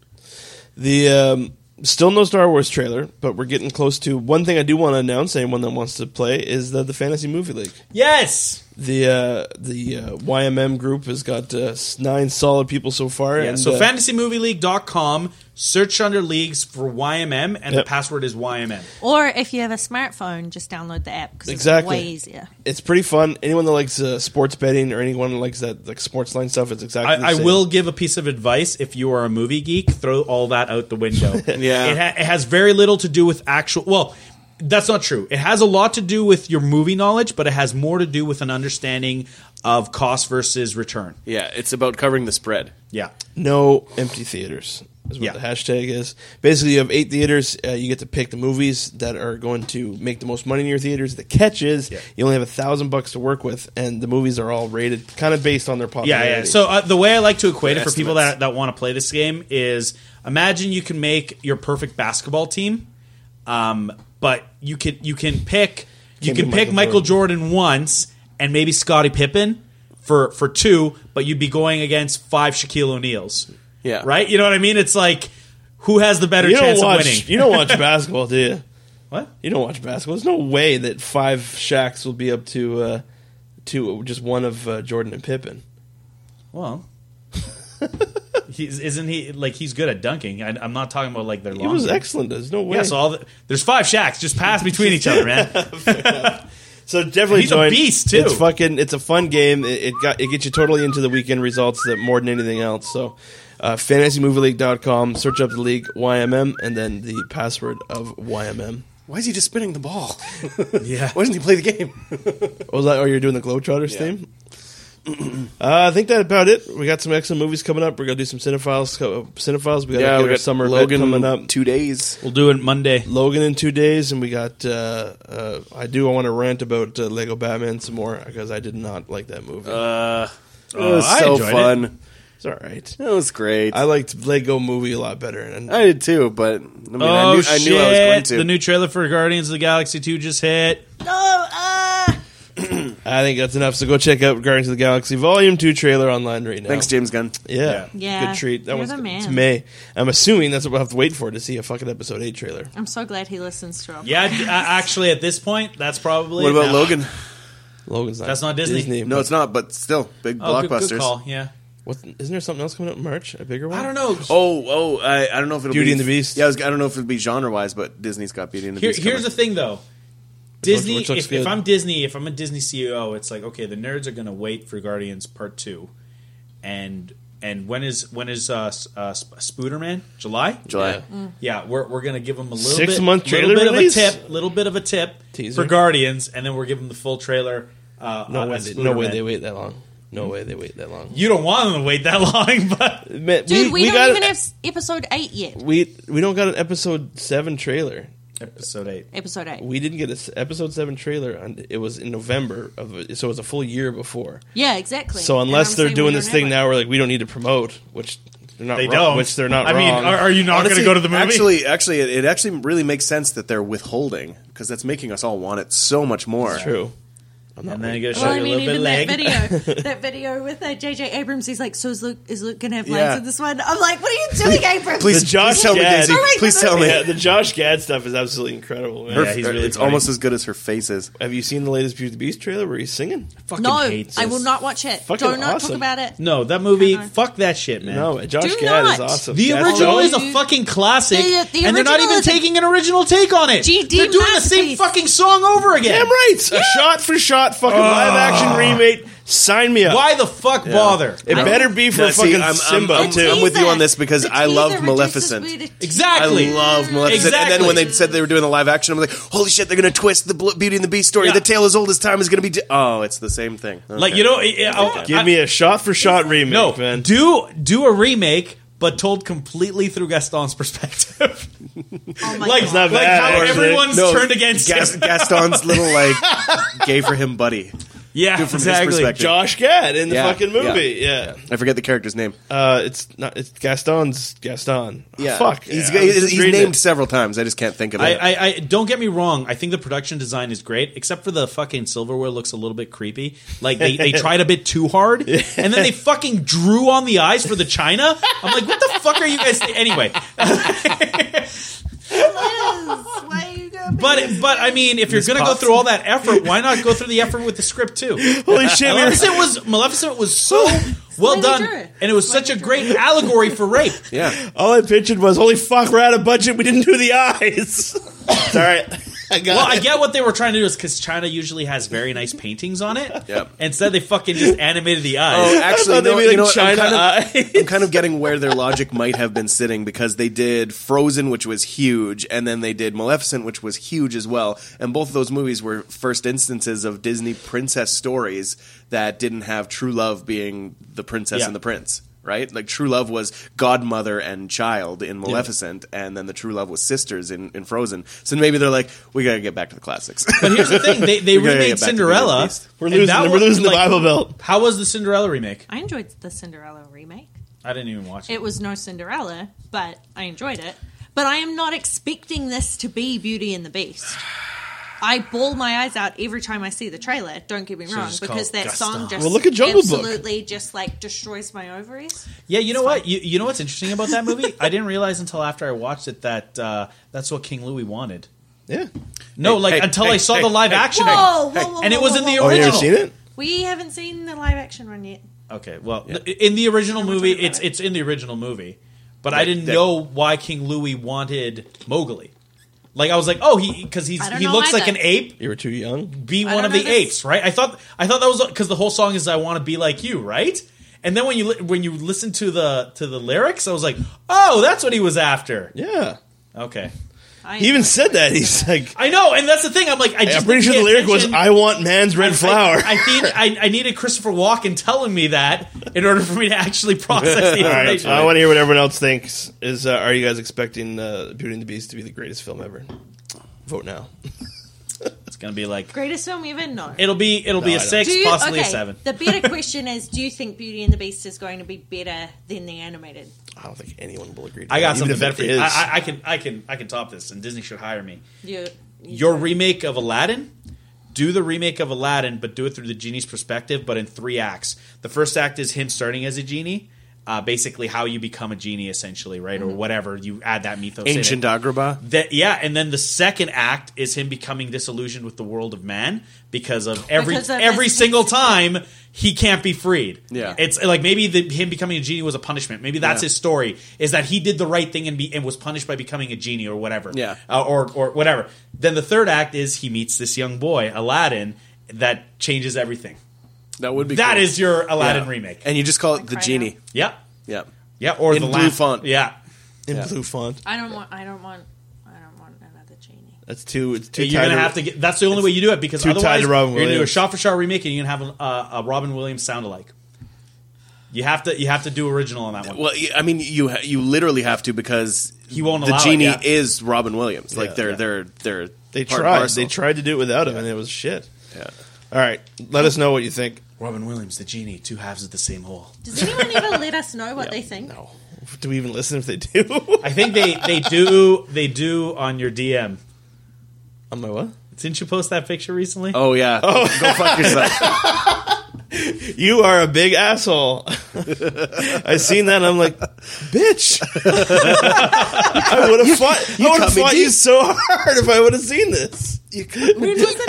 The um, still no Star Wars trailer, but we're getting close to one thing. I do want to announce anyone that wants to play is the the fantasy movie league.
Yes.
The uh, the uh, YMM group has got uh, s- nine solid people so far.
Yeah,
and,
so
uh,
fantasymovieleague.com, search under leagues for YMM, and the
Yep.
password is YMM.
Or if you have a smartphone, just download the app because
Exactly.
it's way easier.
it's pretty fun. Anyone that likes uh, sports betting or anyone that likes that like sports line stuff, it's exactly. the
I, I
same.
will give a piece of advice if you are a movie geek, throw all that out the window.
Yeah.
It, ha- it has very little to do with actual. Well, that's not true. It has a lot to do with your movie knowledge, but it has more to do with an understanding of cost versus return.
Yeah, it's about covering the spread.
Yeah.
no empty theaters is what
Yeah.
the hashtag is basically you have eight theaters uh, you get to pick the movies that are going to make the most money in your theaters the catch is
Yeah.
you only have a thousand bucks to work with and the movies are all rated kind of based on their
Yeah,
popularity
yeah. So uh, the way I like to equate
The
it for people
estimates.
that, that want to play this game is imagine you can make your perfect basketball team, um, but you can you can pick you
Can't be
can pick
Michael
Michael Jordan. once and maybe Scottie Pippen for for two, but you'd be going against five Shaquille O'Neals.
Yeah.
right. You know what I mean? It's like who has the better
you don't
chance of
watch
winning?
you don't
<laughs>
watch basketball do you
What?
you don't watch basketball there's no way that five shacks will be up to uh, to just one of uh, Jordan and Pippen <laughs>
Well. He's, isn't he like he's good at dunking? I, I'm not talking about like their.
he was excellent there's no way
Yeah, so all the, there's five shacks just pass between each other, man.
So definitely
He's a
join.
beast, too.
It's fucking. It's a fun game. It, it got it gets you totally into the weekend results that more than anything else. So, uh, fantasymovieleague.com. Search up the league YMM and then the password of YMM.
Why is he just spinning the ball?
Yeah.
Why doesn't he play the <laughs> game?
Oh, was that? Oh, you're doing the Globetrotters
Yeah.
theme. <clears throat> uh, I think that about it. We got some excellent movies coming up. We're gonna do some cinephiles. co- Cinephiles. We got,
Yeah,
to
we
get our
got summer
summer event
Logan
coming up.
two days.
<laughs> We'll do it Monday.
Logan in two days, and we got. Uh, uh, I do. I want to rant about uh, Lego Batman some more because I did not like that movie.
Uh, it was
I
so
enjoyed
fun.
it's all right.
It. was great.
I
I,
liked Lego Movie a lot better, and
did too, but I mean, I,
oh
knew, I
shit!
knew I was going to.
The new trailer for Guardians of the Galaxy Two just hit.
No, uh,
I think that's enough. So go check out Guardians of the Galaxy Volume Two trailer online right now.
Thanks, James Gunn.
Yeah,
Yeah.
Good treat. That
You're
was
the man.
it's May. I'm assuming that's what we'll have to wait for to see a fucking episode eight trailer.
I'm so glad he listens to him.
Yeah, d- uh, actually, at this point, that's probably.
What about
no.
Logan?
Logan's not.
That's not Disney.
No,
but-
it's not, but still, big
Oh, good-
blockbusters.
Good, call. Yeah,
What, isn't there something else coming out in March? A bigger one?
I don't know.
Oh, oh, I, I don't know if it'll
Beauty
be
and the Beast.
Yeah, I, was, I don't know if it'll be genre wise, but Disney's got Beauty and the
Here,
Beast.
here's the
coming.
thing, though. Disney.
which looks
If, if
good.
I'm Disney, if I'm a Disney CEO, it's like okay, the nerds are going to wait for Guardians Part Two, and and when is when is uh, S- uh Sp- Spooderman? July.
July.
Yeah, we're, we're gonna give them a little
Six
bit,
month trailer
little bit
release?
of a tip, little bit of a tip
Teaser.
for Guardians, and then we're giving the full trailer. Uh,
No,
uh,
way,
as
they, no way
Spooderman.
they wait that long. No way they wait that long.
You don't want them to wait that <laughs> long, but
Man,
Dude, we, don't
got
even
a-
have s- episode eight yet.
we we don't got an episode seven trailer.
episode eight.
Episode eight.
We didn't get an episode seven trailer. And it was in November of so it was a full year before.
Yeah, exactly.
So
And
unless
I'm
they're
saying
doing
we
this
don't
thing
have
now, we're like we don't need to promote, which they're not.
They
wrong-
don't.
Which they're not.
I mean,
wrong.
are, are you not going to
Honestly,
go to the movie?
Actually, actually, it, it actually really makes sense that they're withholding because that's making us all want it so much more.
<laughs> true. I'm not
and then you got to
it.
show
Well, I
you a little
mean,
bit
even
of
that
leg.
video, that video with uh, JJ Abrams, he's like, "So is Luke? Is Luke gonna have lines
Yeah.
in this one?" I'm like, "What are you doing, Abrams?"
Please,
The Josh
please tell me,
Gad-
Daisy.
Oh my
please tell me.
goodness.
Yeah, the Josh Gad stuff is absolutely incredible. Man.
Her-
Yeah, he's really
it's
funny.
almost as good as her face is.
<laughs> Have you seen the latest Beauty and the Beast trailer where he's singing?
Fucking
no,
hates
I
this.
will not Uh-uh. watch it.
Fucking
Do not
awesome.
talk about it.
No, that movie.
Cannot.
Fuck that shit, man.
No, Josh
Do
Gad is
not.
awesome.
The
Gad
original
Jones-
is a fucking classic,
The- the
and they're not
original
even
is a-
taking an original take on it.
GD
they're doing the same
masterpiece.
fucking song over again.
Damn right, a shot for shot fucking live action remake. Sign me up.
Why the fuck bother?
It better be for
No, see,
fucking
I'm- I'm-
Simba
I'm-
The
too.
I'm with you on
teaser-
this because
the
I
teaser
love
reduces
Maleficent.
me to-
I
Exactly.
love Maleficent. And then when they said they were doing the live action, I'm like, holy shit, they're going to twist the Bl- Beauty and the Beast story.
Yeah.
The tale as old as time is going to be. Di- oh, it's the same thing.
Like
Okay.
you know, it, it, I-
Give
I-
me a shot for shot remake,
no.
man.
Do do a remake, but told completely through Gaston's <laughs> perspective.
Oh my
like
God.
not
like
bad,
how
actually.
everyone's
No,
turned against
Gas-
<laughs>
him.
Gaston's little like gay for him buddy.
Yeah,
Dude, from his
exactly.
perspective.
Josh Gad in the
Yeah,
fucking movie. Yeah.
I forget the character's name.
Uh, it's not. It's Gaston's Gaston.
Yeah,
Fuck.
He's,
yeah, I was
he's,
just
he's
reading
named
it.
several times. I just can't think of
I,
it.
I, I don't get me wrong. I think the production design is great, except for the fucking silverware looks a little bit creepy. Like they, they tried a bit too hard, and
<laughs>
then they fucking drew on the eyes for the china. I'm like, what the fuck are you guys? Anyway,
Liz, why are you gonna be-
but but I mean, if you're gonna go through all that effort, why not go through the effort with the
<laughs>
script too?
Holy shit! we were-
Maleficent was Maleficent was so well
Slightly
done,
drew.
and it was such a great allegory for rape.
yeah,
all I pictured was, "Holy fuck, we're out of budget. We didn't do the
<laughs>
eyes." It's all right. <laughs> I got
Well, I
it.
get what they were trying to do is because China usually has very nice paintings on it.
Yep.
Instead, they fucking just animated the <laughs> eyes.
Oh,
I
actually,
thought
no,
they
you
made
know
a
what?
China
I'm, kind of,
eye.
I'm kind of getting where their logic might have been sitting because they did Frozen, which was huge, and then they did Maleficent, which was huge as well. And both of those movies were first instances of Disney princess stories that didn't have true love being the princess
Yeah.
and the prince. Right, like true love was godmother and child in Maleficent, and then the true love was sisters in, in Frozen. So maybe they're like, we gotta get back to the classics.
But here's the thing:
<laughs>
they, they
We gotta
remade
get back to the
Cinderella.
Beast.
we're
and
losing.
that
We're
was,
losing the
like,
Bible Belt.
How was the Cinderella remake?
I enjoyed the Cinderella remake.
I didn't even watch it.
It was no Cinderella, but I enjoyed it. But I am not expecting this to be Beauty and the Beast. I bawl my eyes out every time I see the trailer. Don't get me wrong,
just
because
call it
that song
Gaston.
just
Well, look at Jungle Book.
absolutely just like destroys my ovaries.
Yeah, you know what? You, you know what's interesting about that movie? I didn't realize until after I watched it that uh, that's what King Louis wanted.
Yeah.
No, like
hey,
until
hey,
I saw
hey,
the live
hey,
action,
Whoa, whoa, whoa,
and it
whoa,
was
whoa,
in the
whoa.
Oh, you
original.
never seen it?
We haven't seen the live action one yet.
Okay, well, in the original movie, it's it's in the original movie, but I didn't
that-
know why King Louis wanted Mowgli. Like I was like, oh, he because he's
I don't
he
know
looks like
either.
an ape.
You were too young.
Be
I
one
don't
of the
know this.
apes, right? I thought I thought that was because the whole song is I want to be like you, right? And then when you li- when you listen to the to the lyrics, I was like, oh, that's what he was after.
Yeah.
Okay,
I
He even said that. He's like,
I know, and that's the thing. I'm like, I just
I'm pretty sure the
didn't pay
lyric was,
attention.
"I want man's red flower." <laughs>
I, I think I, I needed Christopher Walken telling me that in order for me to actually process
<laughs>
the
All right,
information.
I want to hear what everyone else thinks. Is uh, are you guys expecting uh, Beauty and the Beast to be the greatest film ever? Vote now.
It's gonna be like
greatest film ever. No,
It'll be it'll be
I
a
don't.
six,
Do you-
possibly a
okay,
seven. <laughs>
The better question is: Do you think Beauty and the Beast is going to be better than the animated?
I don't think anyone will agree. To
I got
that,
something
even
better
if
for
it
you. I,
is.
I, I can I can I can top this, and Disney should hire me.
You,
Your remake of Aladdin do the remake of Aladdin, but do it through the genie's perspective, but in three acts. The first act is him starting as a genie, uh, basically how you become a genie, essentially, right,
Mm-hmm.
or whatever you add that mythos. in it.
Ancient Agrabah.
That yeah, and then the second act is him becoming disillusioned with the world of man because of every
Because of
every
his-
single time he can't be freed.
Yeah.
it's like maybe the, him becoming a genie was a punishment. Maybe that's
Yeah.
his story is that he did the right thing and be and was punished by becoming a genie or whatever.
Yeah.
Uh, or or whatever. Then the third act is he meets this young boy Aladdin that changes everything.
That would be
That
cool.
is your Aladdin
Yeah.
remake.
and you just call it the
Cry
genie.
out.
yeah,
Yeah.
yeah, or
In
the
blue
last-
font.
Yeah,
in
Yeah.
blue font.
I don't want. I don't want. I don't want another genie.
That's too. It's too.
you're
tied
gonna have to get. That's the only way you do it because
too tied
otherwise
to Robin
you're gonna do a
Williams.
shot for shot remake and you're gonna have a, a Robin Williams sound alike. You have to you have to do original on that one.
Well, y- I mean, you ha- you literally have to because
He won't
the
allow it,
genie
yeah.
is Robin Williams. Like
Yeah.
they're
Yeah.
they're they're
They
part and
tried.
parcel.
They tried to do it without him, and it was shit.
Yeah.
All right, let us know what you think.
Robin Williams, the genie, two halves of the same hole.
Does anyone ever let us know what they think?
No, do we even listen if they do? <laughs>
I think they they do they do on your DM.
On my what?
Didn't you post that picture recently?
Oh yeah. Go fuck yourself.
You are a big asshole. <laughs> I seen that and I'm like, bitch. <laughs> I would have fought. I would have
cut me
fought you so hard if I would have seen this.
When was it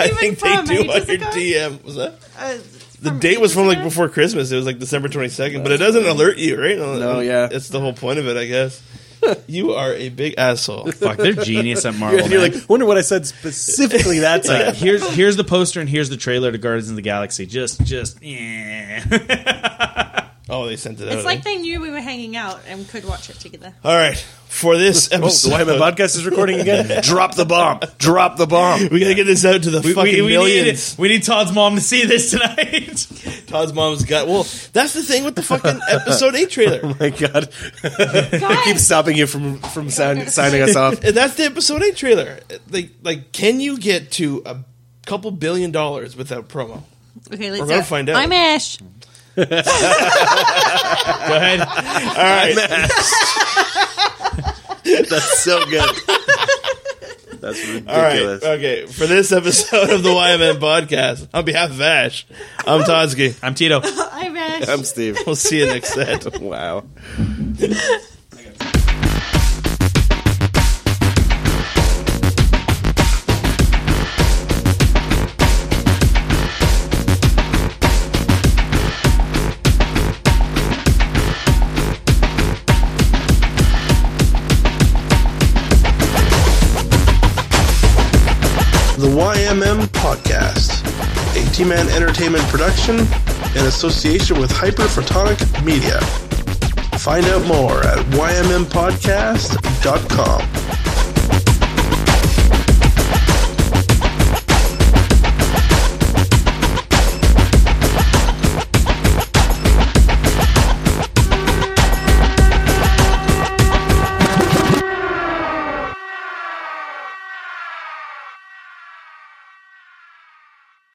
<laughs> I
even
think
from?
they do on
Ages
your
ago?
DM. Was that
Uh,
the date was from like before Christmas? It was like December twenty second, but it doesn't alert you, right?
No, yeah.
that's the whole point of it, I guess. You are a big asshole.
Fuck, they're genius at Marvel. <laughs>
and you're
man.
like, wonder what I said specifically <laughs> that
Like,
time.
here's here's the poster and here's the trailer to Guardians of the Galaxy. Just just eh. <laughs> yeah.
Oh, they sent it out.
It's
eh?
like they knew we were hanging out and could watch it
<laughs>
together.
All right, for this
Oh, the
episode,
Wyman podcast is recording again. <laughs> Drop the bomb. Drop the bomb.
we gotta get this out to the fucking
need,
millions.
we need Todd's mom to see this tonight. <laughs>
Todd's mom's got. Well, that's the thing with the fucking episode eight trailer.
<laughs> Oh my god. I keep
Guys,
stopping you from from sound, signing us off.
And that's the episode eight trailer. Like, like, can you get to a couple billion dollars without promo?
okay,
<laughs>
let's
We're gonna
do it.
find out.
I'm Ash.
Go ahead.
All right,
That's so good. That's
all right,
ridiculous.
okay. For this episode of the YMN podcast, on behalf of Ash, I'm Todsky.
I'm Tito.
I'm Ash.
I'm Steve.
We'll see you next set.
wow.
The YMM Podcast, a T Man Entertainment production in association with Hyperphotonic Media. Find out more at ymmpodcast.com.